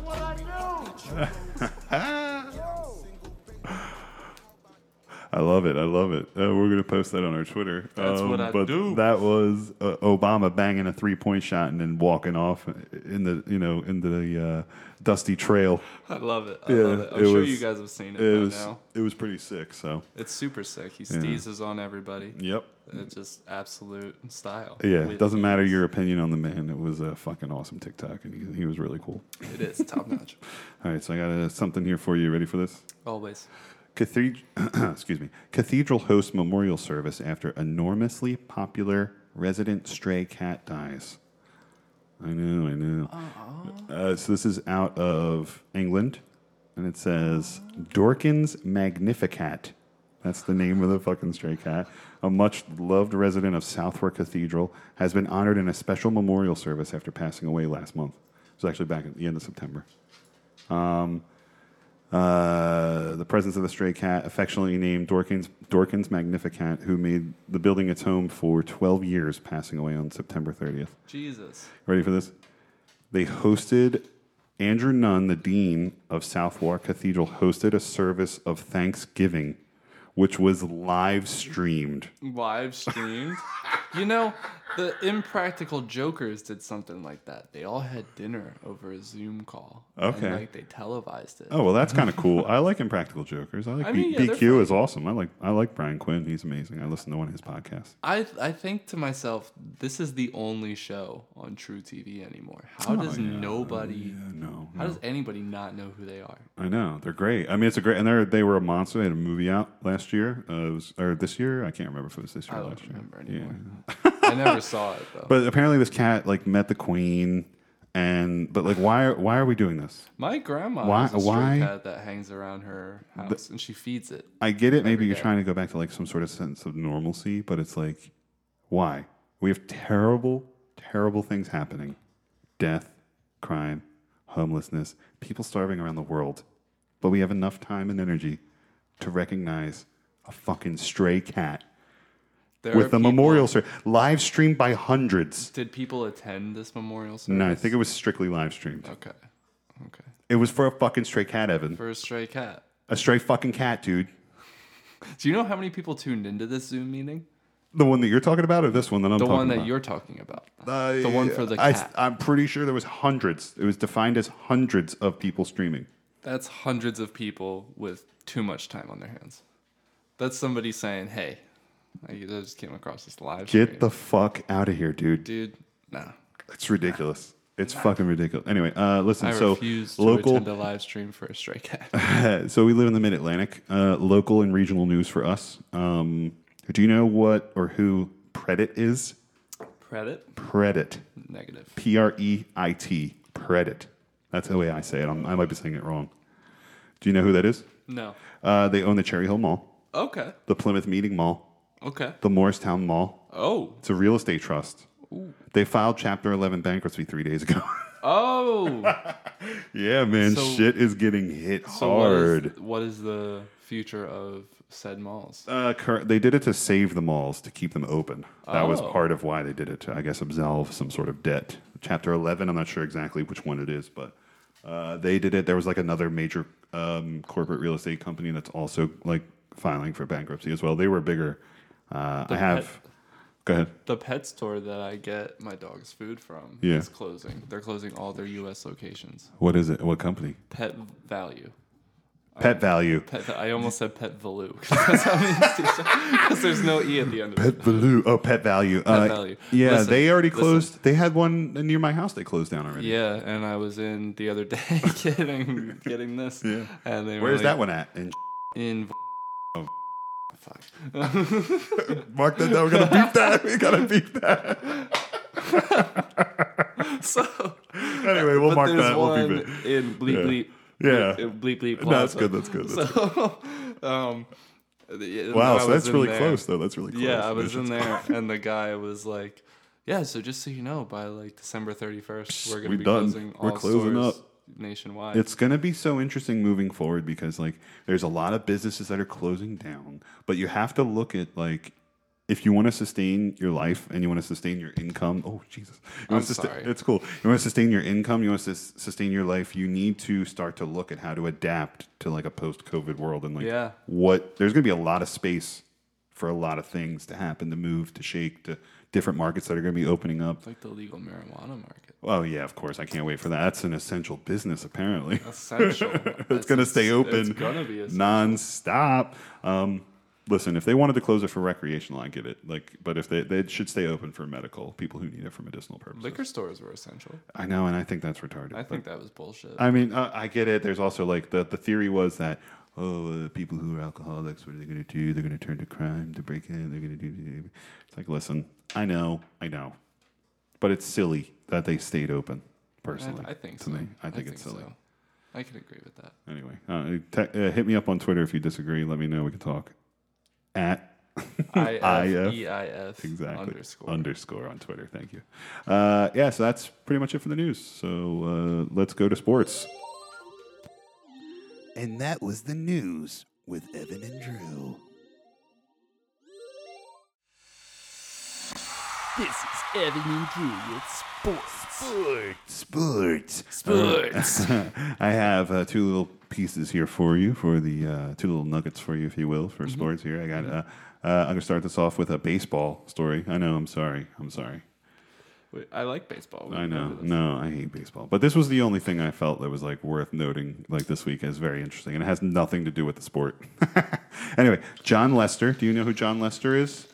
[SPEAKER 5] what I knew.
[SPEAKER 1] I love it. I love it. Uh, we're gonna post that on our Twitter. Um,
[SPEAKER 2] That's what I
[SPEAKER 1] but
[SPEAKER 2] do.
[SPEAKER 1] That was uh, Obama banging a three-point shot and then walking off in the you know into the uh, dusty trail.
[SPEAKER 2] I love it. I love it. I'm sure you guys have seen it, by
[SPEAKER 1] was,
[SPEAKER 2] now.
[SPEAKER 1] It was pretty sick. So
[SPEAKER 2] It's super sick. He
[SPEAKER 1] Yeah.
[SPEAKER 2] steezes on everybody.
[SPEAKER 1] Yep.
[SPEAKER 2] It's just absolute style.
[SPEAKER 1] yeah,
[SPEAKER 2] With-
[SPEAKER 1] it doesn't matter your opinion on the man. It was a fucking awesome TikTok, and he, he was really cool.
[SPEAKER 2] It is top notch.
[SPEAKER 1] All right, so I got uh, something here for you. Ready for this?
[SPEAKER 2] Always.
[SPEAKER 1] Cathedral, excuse me. Cathedral hosts memorial service after enormously popular resident stray cat dies. I know, I know. Uh, so this is out of England, and it says Dorkins Magnificat. That's the name of the fucking stray cat. A much loved resident of Southwark Cathedral has been honored in a special memorial service after passing away last month. It was actually back at the end of September. Um, uh, the presence of the stray cat, affectionately named Dorkins, Dorkins Magnificat, who made the building its home for 12 years, passing away on September 30th.
[SPEAKER 2] Jesus.
[SPEAKER 1] Ready for this? They hosted Andrew Nunn, the dean of Southwark Cathedral, hosted a service of Thanksgiving, which was live streamed.
[SPEAKER 2] live streamed. you know, the Impractical Jokers did something like that. They all had dinner over a Zoom call.
[SPEAKER 1] Okay.
[SPEAKER 2] And, like they televised it.
[SPEAKER 1] Oh well, that's kind of cool. I like Impractical Jokers. I like
[SPEAKER 2] I
[SPEAKER 1] B-
[SPEAKER 2] mean, yeah, they're
[SPEAKER 1] BQ is awesome. I like I like Brian Quinn. He's amazing. I listen to one of his podcasts.
[SPEAKER 2] I I think to myself, this is the only show on True TV anymore. How
[SPEAKER 1] Oh,
[SPEAKER 2] does
[SPEAKER 1] yeah, Oh,
[SPEAKER 2] nobody?
[SPEAKER 1] no,
[SPEAKER 2] How does anybody not know who they are?
[SPEAKER 1] I know they're great. I mean, it's a great and they they were a monster. They had a movie out last year, uh, it was, or this year. I can't remember if it was this year.
[SPEAKER 2] I
[SPEAKER 1] or
[SPEAKER 2] don't
[SPEAKER 1] last year.
[SPEAKER 2] remember
[SPEAKER 1] Yeah.
[SPEAKER 2] anymore. I never saw it though.
[SPEAKER 1] But apparently, this cat like met the queen, and but like, why are why are we doing this?
[SPEAKER 2] My grandma
[SPEAKER 1] Why-
[SPEAKER 2] has a stray
[SPEAKER 1] why-
[SPEAKER 2] cat that hangs around her house and she feeds it.
[SPEAKER 1] I get it. Maybe
[SPEAKER 2] every
[SPEAKER 1] you're
[SPEAKER 2] day.
[SPEAKER 1] trying to go back to like some sort of sense of normalcy, but it's like, why? We have terrible, terrible things happening death, crime, homelessness, people starving around the world. But we have enough time and energy to recognize a fucking stray cat
[SPEAKER 2] There
[SPEAKER 1] with
[SPEAKER 2] are
[SPEAKER 1] the
[SPEAKER 2] people-
[SPEAKER 1] memorial service live streamed by hundreds.
[SPEAKER 2] Did people attend this memorial service?
[SPEAKER 1] No, I think it was strictly live streamed.
[SPEAKER 2] Okay. Okay.
[SPEAKER 1] It was for a fucking stray cat, Evan.
[SPEAKER 2] For a stray cat.
[SPEAKER 1] A stray fucking cat, dude.
[SPEAKER 2] Do you know how many people tuned into this Zoom meeting?
[SPEAKER 1] The one that you're talking about, or this one that I'm
[SPEAKER 2] the
[SPEAKER 1] talking
[SPEAKER 2] one that
[SPEAKER 1] about?
[SPEAKER 2] you're talking about.
[SPEAKER 1] Uh,
[SPEAKER 2] the one for the
[SPEAKER 1] I,
[SPEAKER 2] cat.
[SPEAKER 1] I'm pretty sure there was hundreds. It was defined as hundreds of people streaming.
[SPEAKER 2] That's hundreds of people with too much time on their hands. That's somebody saying, "Hey, I I just came across this live
[SPEAKER 1] Get
[SPEAKER 2] stream."
[SPEAKER 1] the fuck out of here, dude.
[SPEAKER 2] dude. No,
[SPEAKER 1] It's ridiculous. It's fucking ridiculous. Anyway, uh, listen.
[SPEAKER 2] I
[SPEAKER 1] so
[SPEAKER 2] refuse to
[SPEAKER 1] local.
[SPEAKER 2] attend a live stream for a stray cat.
[SPEAKER 1] so we live in the Mid Atlantic. Uh, local and regional news for us. Um, do you know what or who Predit is?
[SPEAKER 2] Credit
[SPEAKER 1] Predit.
[SPEAKER 2] negative.
[SPEAKER 1] P R E I T. Predit. That's the way I say it. I'm, I might be saying it wrong. Do you know who that is?
[SPEAKER 2] No.
[SPEAKER 1] Uh, they own the Cherry Hill Mall,
[SPEAKER 2] Okay.
[SPEAKER 1] the Plymouth Meeting Mall,
[SPEAKER 2] Okay.
[SPEAKER 1] the Morristown Mall.
[SPEAKER 2] Oh.
[SPEAKER 1] It's a real estate trust.
[SPEAKER 2] Ooh.
[SPEAKER 1] They filed Chapter 11 bankruptcy three days ago.
[SPEAKER 2] Oh.
[SPEAKER 1] yeah, man,
[SPEAKER 2] So-
[SPEAKER 1] shit is getting hit
[SPEAKER 2] So what is-
[SPEAKER 1] hard.
[SPEAKER 2] what is the future of said malls?
[SPEAKER 1] uh, cur- they did it to save the malls to keep them open. That was
[SPEAKER 2] Oh.
[SPEAKER 1] part of why they did it to, I guess, absolve some sort of debt. Chapter 11, I'm not sure exactly which one it is, but uh, they did it. There was like another major um, corporate real estate company that's also like filing for bankruptcy as well. They were bigger. Uh, I
[SPEAKER 2] The
[SPEAKER 1] have.
[SPEAKER 2] pet-
[SPEAKER 1] Go ahead.
[SPEAKER 2] The pet store that I get my dog's food from
[SPEAKER 1] Yeah.
[SPEAKER 2] is closing. They're closing all their U.S. locations.
[SPEAKER 1] What is it? What company?
[SPEAKER 2] Pet value. Uh,
[SPEAKER 1] Pet value.
[SPEAKER 2] Pet, I almost said pet value because there's no e at the end of it.
[SPEAKER 1] Pet value. Oh, pet value. uh,
[SPEAKER 2] value.
[SPEAKER 1] Yeah,
[SPEAKER 2] Listen,
[SPEAKER 1] they already
[SPEAKER 2] listen.
[SPEAKER 1] closed. They had one near my house. They closed down already.
[SPEAKER 2] Yeah, and I was in the other day getting getting this.
[SPEAKER 1] Yeah.
[SPEAKER 2] And they were
[SPEAKER 1] Where's
[SPEAKER 2] like,
[SPEAKER 1] that one Oh. at? And
[SPEAKER 2] In
[SPEAKER 1] mark that. down. We're gonna beat that. We gotta beat that.
[SPEAKER 2] so
[SPEAKER 1] Anyway, we'll
[SPEAKER 2] but
[SPEAKER 1] mark
[SPEAKER 2] there's
[SPEAKER 1] that. We'll
[SPEAKER 2] One
[SPEAKER 1] beat it.
[SPEAKER 2] in bleep
[SPEAKER 1] Yeah.
[SPEAKER 2] bleep.
[SPEAKER 1] Yeah.
[SPEAKER 2] bleep, in bleep bleep.
[SPEAKER 1] No, that's
[SPEAKER 2] Plaza.
[SPEAKER 1] good, that's good, that's
[SPEAKER 2] so, um, the-
[SPEAKER 1] Wow,
[SPEAKER 2] I
[SPEAKER 1] so
[SPEAKER 2] was
[SPEAKER 1] that's
[SPEAKER 2] in
[SPEAKER 1] really
[SPEAKER 2] there.
[SPEAKER 1] close, though. That's really close.
[SPEAKER 2] Yeah, I was
[SPEAKER 1] That's-
[SPEAKER 2] in there, and the guy was like, "Yeah, so just so you know, by like December 31st, we're gonna
[SPEAKER 1] we
[SPEAKER 2] be
[SPEAKER 1] done.
[SPEAKER 2] closing
[SPEAKER 1] We're
[SPEAKER 2] all
[SPEAKER 1] closing
[SPEAKER 2] stores
[SPEAKER 1] up."
[SPEAKER 2] nationwide."
[SPEAKER 1] It's going to be so interesting moving forward because like there's a lot of businesses that are closing down, but you have to look at like if you want to sustain your life and you want to sustain your income. Oh Jesus, You wanna
[SPEAKER 2] I'm
[SPEAKER 1] sustain-
[SPEAKER 2] sorry.
[SPEAKER 1] It's cool. You want to sustain your income. You want to sus- sustain your life. You need to start to look at how to adapt to like a post-COVID world and like
[SPEAKER 2] Yeah.
[SPEAKER 1] what there's going to be a lot of space for a lot of things to happen, to move, to shake, to different markets that are going to be opening up.
[SPEAKER 2] like the legal marijuana market.
[SPEAKER 1] Oh yeah, of course. I can't wait for that. That's an essential business, apparently.
[SPEAKER 2] Essential.
[SPEAKER 1] it's gonna stay open.
[SPEAKER 2] It's gonna be essential.
[SPEAKER 1] nonstop. Um, listen, if they wanted to close it for recreational, I get it. Like, but if they they should stay open for medical people who need it for medicinal purposes.
[SPEAKER 2] Liquor stores were essential.
[SPEAKER 1] I know, and I think that's retarded.
[SPEAKER 2] I
[SPEAKER 1] but-
[SPEAKER 2] think that was bullshit.
[SPEAKER 1] I mean, uh, I get it. There's also like the the theory was that oh, uh, people who are alcoholics, what are they going to do? They're going to turn to crime to break in. They're going to do. It's like, listen, I know, I know, but it's silly that they stayed open. Personally,
[SPEAKER 2] I, think
[SPEAKER 1] to
[SPEAKER 2] so.
[SPEAKER 1] me, I think it's silly.
[SPEAKER 2] so. I can agree with that.
[SPEAKER 1] Anyway, uh, te- uh, hit me up on Twitter if you disagree. Let me know. We can talk. At
[SPEAKER 2] I F
[SPEAKER 1] IF.
[SPEAKER 2] E I F
[SPEAKER 1] Exactly.
[SPEAKER 2] underscore.
[SPEAKER 1] Underscore on Twitter. Thank you. Uh, yeah, so that's pretty much it for the news. So uh, let's go to sports.
[SPEAKER 12] And that was the news with Evan and Drew.
[SPEAKER 7] This is Evan and Drew with sports. Sports.
[SPEAKER 12] Sports.
[SPEAKER 7] Sports.
[SPEAKER 1] Uh, I have uh, two little pieces here for you, for the uh, two little nuggets for you, if you will, for sports here. I got. Uh, uh, I'm gonna start this off with a baseball story. I know. I'm sorry. I'm sorry.
[SPEAKER 2] Wait, I like baseball. We
[SPEAKER 1] I know.
[SPEAKER 2] remember this.
[SPEAKER 1] No, I hate baseball. But this was the only thing I felt that was like worth noting like this week as very interesting. And it has nothing to do with the sport. anyway, John Lester. Do you know who John Lester is?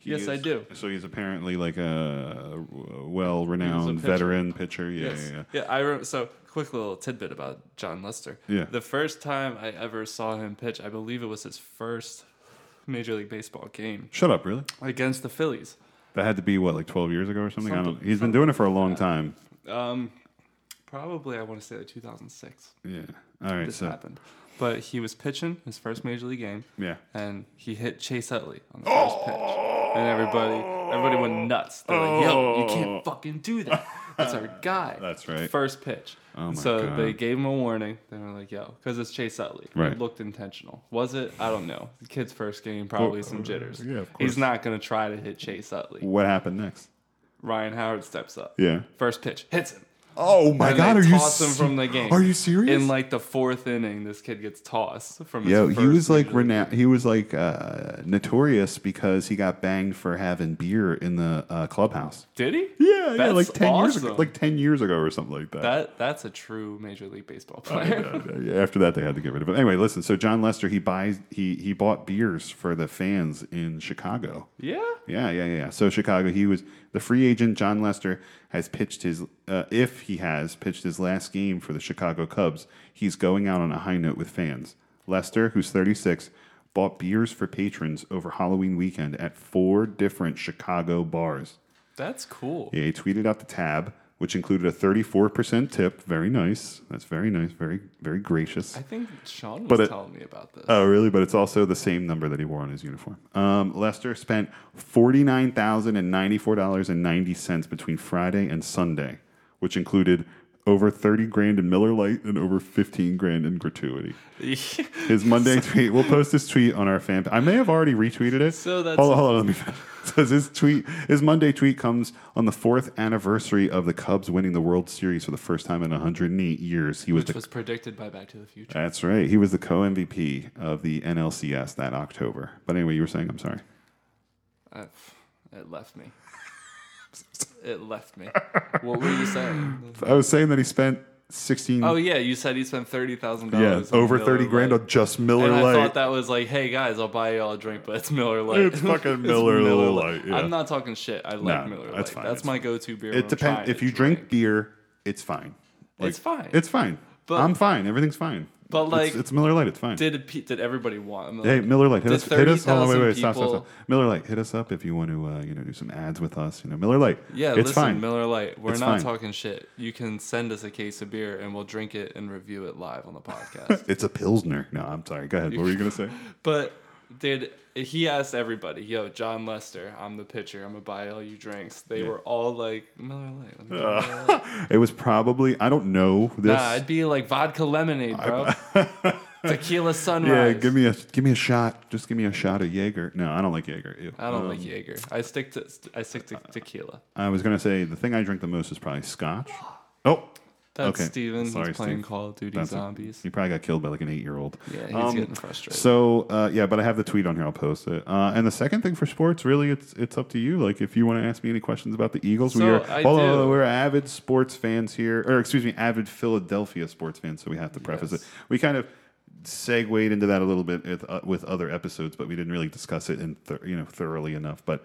[SPEAKER 2] Yes, I
[SPEAKER 1] is-
[SPEAKER 2] do.
[SPEAKER 1] So he's apparently like a well renowned
[SPEAKER 2] He's a pitcher.
[SPEAKER 1] veteran pitcher. Yeah, yeah, yeah.
[SPEAKER 2] yeah. I re- so quick little tidbit about John Lester.
[SPEAKER 1] Yeah.
[SPEAKER 2] The first time I ever saw him pitch, I believe it was his first Major League Baseball game
[SPEAKER 1] Shut up, really?
[SPEAKER 2] against the Phillies.
[SPEAKER 1] That had to be what, like 12 years ago or something? I don't,
[SPEAKER 2] Something-
[SPEAKER 1] he's been doing it for a long time.
[SPEAKER 2] Um, probably I want to say like 2006.
[SPEAKER 1] Yeah. All right,
[SPEAKER 2] This
[SPEAKER 1] so-
[SPEAKER 2] happened. But he was pitching his first major league game.
[SPEAKER 1] Yeah.
[SPEAKER 2] And he hit Chase Utley on the first pitch, and everybody everybody went nuts. They're like, "Yo, you
[SPEAKER 1] Oh.
[SPEAKER 2] can't fucking do that. That's our guy."
[SPEAKER 1] That's right.
[SPEAKER 2] First pitch.
[SPEAKER 1] Oh my
[SPEAKER 2] so
[SPEAKER 1] God.
[SPEAKER 2] they gave him a warning. They were like, "Yo," because it's Chase Utley.
[SPEAKER 1] Right.
[SPEAKER 2] It looked intentional. Was it? I don't know. The kid's first game, probably some jitters.
[SPEAKER 1] yeah, of course.
[SPEAKER 2] He's not gonna try to hit Chase Utley.
[SPEAKER 1] What happened next?
[SPEAKER 2] Ryan Howard steps up.
[SPEAKER 1] Yeah.
[SPEAKER 2] First pitch hits him.
[SPEAKER 1] Oh my
[SPEAKER 2] And
[SPEAKER 1] God,
[SPEAKER 2] They
[SPEAKER 1] are you
[SPEAKER 2] toss him
[SPEAKER 1] se-
[SPEAKER 2] from the game.
[SPEAKER 1] are you serious?
[SPEAKER 2] In like the fourth inning, this kid gets tossed from. His
[SPEAKER 1] Yo, he
[SPEAKER 2] first
[SPEAKER 1] was like
[SPEAKER 2] major league-
[SPEAKER 1] renowned. He was like uh, notorious because he got banged for having beer in the uh, clubhouse.
[SPEAKER 2] Did he?
[SPEAKER 1] Yeah, yeah,
[SPEAKER 2] That's
[SPEAKER 1] like ten years ago,
[SPEAKER 2] awesome.
[SPEAKER 1] like ten years ago or something like that.
[SPEAKER 2] That that's a true Major League Baseball
[SPEAKER 1] Oh,
[SPEAKER 2] player.
[SPEAKER 1] Yeah, After that, they had to get rid of it. Anyway, listen. So John Lester, he buys, he he bought beers for the fans in Chicago.
[SPEAKER 2] yeah.
[SPEAKER 1] Yeah, yeah, yeah, yeah. So Chicago, he was the free agent. John Lester has pitched his, uh, if he has pitched his last game for the Chicago Cubs, he's going out on a high note with fans. Lester, who's 36, bought beers for patrons over Halloween weekend at four different Chicago bars.
[SPEAKER 2] That's cool.
[SPEAKER 1] Yeah, he tweeted out the tab, which included a 34% tip. Very nice. That's very nice. Very, very gracious.
[SPEAKER 2] I think Sean was
[SPEAKER 1] But it-
[SPEAKER 2] telling me about this.
[SPEAKER 1] Oh, really? But it's also the same number that he wore on his uniform. Um, Lester spent forty nine thousand and ninety four dollars and ninety cents between Friday and Sunday, which included over thirty grand in Miller Lite and over fifteen grand in gratuity. His Monday tweet. We'll post this tweet on our fan. I may have already retweeted it.
[SPEAKER 2] So that's-
[SPEAKER 1] hold on, hold on. Let me. finish. So his tweet, his Monday tweet comes on the fourth anniversary of the Cubs winning the World Series for the first time in 108 years. He was
[SPEAKER 2] which
[SPEAKER 1] the
[SPEAKER 2] was predicted by Back to the Future.
[SPEAKER 1] that's right. He was the co MVP of the NLCS that October. But anyway, you were saying, I'm sorry.
[SPEAKER 2] Uh, it left me. It left me. What were you saying?
[SPEAKER 1] I was saying that he spent 16.
[SPEAKER 2] Oh yeah, you said he spent thirty thousand
[SPEAKER 1] yeah,
[SPEAKER 2] dollars.
[SPEAKER 1] over 30 grand on just Miller
[SPEAKER 2] and I
[SPEAKER 1] Lite.
[SPEAKER 2] thought that was like, hey guys, I'll buy y'all a drink, but it's Miller Lite.
[SPEAKER 1] It's fucking Miller Lite, yeah.
[SPEAKER 2] I'm not talking shit. I
[SPEAKER 1] Nah,
[SPEAKER 2] like Miller
[SPEAKER 1] that's
[SPEAKER 2] Lite.
[SPEAKER 1] fine.
[SPEAKER 2] That's
[SPEAKER 1] It's
[SPEAKER 2] my
[SPEAKER 1] fine.
[SPEAKER 2] go-to beer. when
[SPEAKER 1] It
[SPEAKER 2] I'm
[SPEAKER 1] depends.
[SPEAKER 2] trying
[SPEAKER 1] If
[SPEAKER 2] to
[SPEAKER 1] you drink, beer, it's fine.
[SPEAKER 2] It's fine.
[SPEAKER 1] It's fine.
[SPEAKER 2] But-
[SPEAKER 1] I'm fine. Everything's fine.
[SPEAKER 2] But,
[SPEAKER 1] It's-
[SPEAKER 2] like,
[SPEAKER 1] it's, Miller Lite. It's fine.
[SPEAKER 2] Did it, pe- did everybody want? Miller
[SPEAKER 1] Hey,
[SPEAKER 2] Lite?
[SPEAKER 1] Miller Lite, hit
[SPEAKER 2] Did
[SPEAKER 1] us. Hit us. Hold on, wait,
[SPEAKER 2] 30,000
[SPEAKER 1] wait, stop, stop,
[SPEAKER 2] people-
[SPEAKER 1] stop. Miller Lite, hit us up if you want to, uh, you know, do some ads with us. You know, Miller Lite.
[SPEAKER 2] Yeah,
[SPEAKER 1] it's
[SPEAKER 2] listen,
[SPEAKER 1] fine.
[SPEAKER 2] Miller Lite. We're
[SPEAKER 1] It's
[SPEAKER 2] not
[SPEAKER 1] fine.
[SPEAKER 2] talking shit. You can send us a case of beer and we'll drink it and review it live on the podcast.
[SPEAKER 1] It's a pilsner. No, I'm sorry. Go ahead. What were you gonna say?
[SPEAKER 2] but did he asked everybody, "Yo, John Lester, I'm the pitcher. I'm gonna buy all you drinks." They
[SPEAKER 1] Yeah.
[SPEAKER 2] were all like Miller Lite. Let me get Miller Lite."
[SPEAKER 1] Uh, it was probably. I don't know this.
[SPEAKER 2] Nah, I'd be like vodka lemonade, bro. Tequila
[SPEAKER 1] Yeah,
[SPEAKER 2] sunrise.
[SPEAKER 1] give me a give me a shot. Just give me a shot of Jaeger. No, I don't like Jaeger. Ew.
[SPEAKER 2] I don't
[SPEAKER 1] Um,
[SPEAKER 2] like Jaeger. I stick to I stick to tequila.
[SPEAKER 1] I was gonna say the thing I drink the most is probably Scotch. Oh,
[SPEAKER 2] That's
[SPEAKER 1] okay.
[SPEAKER 2] Steven. He's
[SPEAKER 1] Sorry,
[SPEAKER 2] playing
[SPEAKER 1] Steve.
[SPEAKER 2] Call of Duty
[SPEAKER 1] That's it.
[SPEAKER 2] Zombies.
[SPEAKER 1] He probably got killed by like an eight-year-old. Um,
[SPEAKER 2] Yeah, he's getting frustrated.
[SPEAKER 1] So uh, yeah, but I have the tweet on here. I'll post it. Uh, and the second thing for sports, really, it's it's up to you. Like if you want to ask me any questions about the Eagles, we
[SPEAKER 2] So,
[SPEAKER 1] are
[SPEAKER 2] I
[SPEAKER 1] hold on,
[SPEAKER 2] do.
[SPEAKER 1] hold on, we're avid sports fans here, or excuse me, avid Philadelphia sports fans. So we have to preface it. We kind of segued into that a little bit with, uh, with other episodes, but we didn't really discuss it in th- you know thoroughly enough. But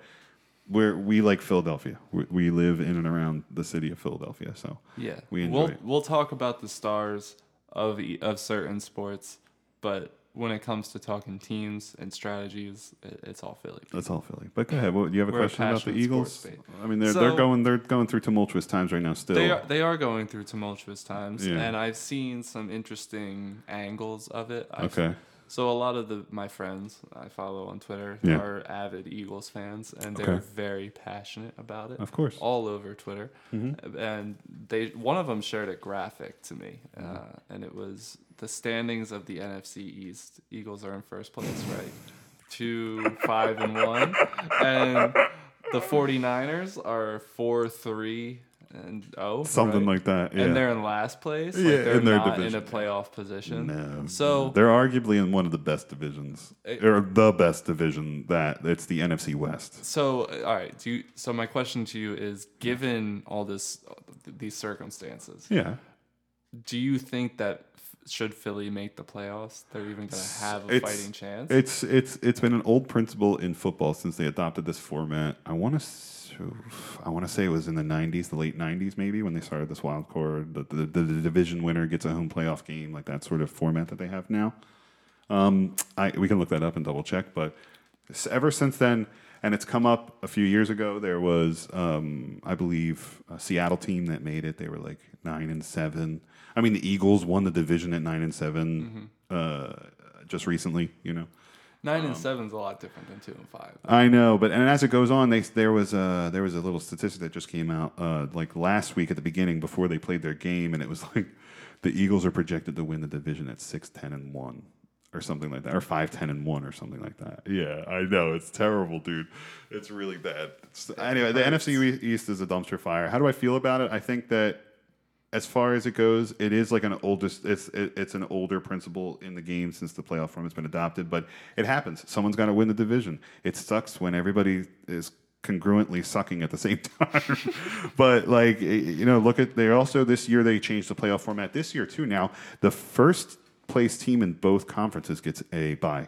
[SPEAKER 1] we're we like Philadelphia. We, we live in and around the city of Philadelphia, so
[SPEAKER 2] Yeah,
[SPEAKER 1] we enjoy
[SPEAKER 2] we'll
[SPEAKER 1] it.
[SPEAKER 2] we'll talk about the stars of e- of certain sports, but when it comes to talking teams and strategies, it, it's all Philly.
[SPEAKER 1] That's all Philly. But go ahead. What, you have a
[SPEAKER 2] We're a
[SPEAKER 1] question about the
[SPEAKER 2] passionate
[SPEAKER 1] Eagles?
[SPEAKER 2] sports fan.
[SPEAKER 1] I mean, they're,
[SPEAKER 2] So-
[SPEAKER 1] they're going they're going through tumultuous times right now. Still,
[SPEAKER 2] They are, they are going through tumultuous times,
[SPEAKER 1] Yeah.
[SPEAKER 2] and I've seen some interesting angles of it. I've,
[SPEAKER 1] Okay.
[SPEAKER 2] So a lot of the my friends I follow on Twitter
[SPEAKER 1] Yeah.
[SPEAKER 2] are avid Eagles fans, and
[SPEAKER 1] Okay.
[SPEAKER 2] they're very passionate about it.
[SPEAKER 1] Of course.
[SPEAKER 2] all over Twitter,
[SPEAKER 1] Mhm.
[SPEAKER 2] and they one of them shared a graphic to me, uh,
[SPEAKER 1] Mm-hmm.
[SPEAKER 2] and it was the standings of the NFC East. Eagles are in first place, right? Two, five, and one, and the 49ers are four, three, and oh,
[SPEAKER 1] Something
[SPEAKER 2] right?
[SPEAKER 1] like that, yeah.
[SPEAKER 2] and they're in last place. Like
[SPEAKER 1] Yeah,
[SPEAKER 2] they're
[SPEAKER 1] in their
[SPEAKER 2] not in a
[SPEAKER 1] division.
[SPEAKER 2] playoff position.
[SPEAKER 1] No.
[SPEAKER 2] So
[SPEAKER 1] they're arguably in one of the best divisions,
[SPEAKER 2] It-
[SPEAKER 1] or the best division. That it's the NFC West.
[SPEAKER 2] So, uh, all right. Do you, so, my question to you is: Given all this, these circumstances,
[SPEAKER 1] Yeah.
[SPEAKER 2] do you think that f- should Philly make the playoffs, they're even going to have a fighting chance?
[SPEAKER 1] It's it's it's been an old principle in football since they adopted this format. I want to I want to say it was in the 90s, the late 90s maybe when they started this wild card, the, the, the, division winner gets a home playoff game, like that sort of format that they have now. Um, I we can look that up and double check, but s- ever since then and it's come up a few years ago. There was, um, I believe, a Seattle team that made it. They were like nine and seven. I mean, the Eagles won the division at nine and 7 uh, just recently. You know,
[SPEAKER 2] Nine
[SPEAKER 1] um,
[SPEAKER 2] and seven's a lot different than two and five.
[SPEAKER 1] I know, but and as it goes on, they there was a there was a little statistic that just came out uh, like last week at the beginning before they played their game, and it was like the Eagles are projected to win the division at six ten and one or something like that, or five ten and one or something like that. Yeah, I know it's terrible, dude. It's really bad. It's- anyway, the NFC East is a dumpster fire. How do I feel about it? I think that as far as it goes, it is like an oldest. It's it, it's an older principle in the game since the playoff format has been adopted. But it happens. Someone's got to win the division. It sucks when everybody is congruently sucking at the same time. but like y- you know, look at they also this year they changed the playoff format this year too. Now the first place team in both conferences gets a bye,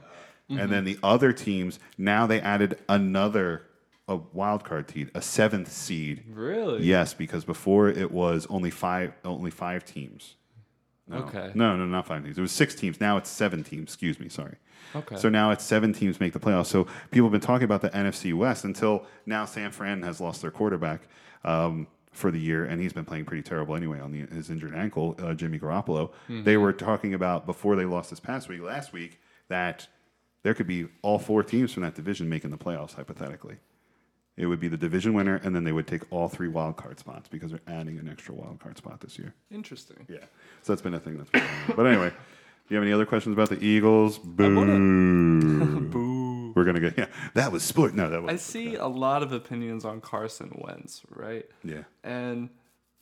[SPEAKER 13] Mhm.
[SPEAKER 1] and then the other teams now they added another a wild card seed, a seventh seed.
[SPEAKER 2] Really?
[SPEAKER 1] Yes, because before it was only five, only five teams. No.
[SPEAKER 2] Okay.
[SPEAKER 1] No, no, not five teams. It was six teams. Now it's seven teams. Excuse me. Sorry.
[SPEAKER 2] Okay.
[SPEAKER 1] So now it's seven teams make the playoffs. So people have been talking about the NFC West until now. San Fran has lost their quarterback um, for the year, and he's been playing pretty terrible anyway on the, his injured ankle, uh, Jimmy Garoppolo. They
[SPEAKER 13] Mhm.
[SPEAKER 1] were talking about before they lost this past week, last week, that there could be all four teams from that division making the playoffs hypothetically. It would be the division winner, and then they would take all three wild card spots because they're adding an extra wild card spot this year.
[SPEAKER 2] Interesting.
[SPEAKER 1] Yeah. So that's been a thing that's been going on. But anyway, do you have any other questions about the Eagles? Boo. Boo. We're gonna get yeah. That was sport. No, that
[SPEAKER 2] I
[SPEAKER 1] was
[SPEAKER 2] see a lot of opinions on Carson Wentz, right?
[SPEAKER 1] Yeah.
[SPEAKER 2] And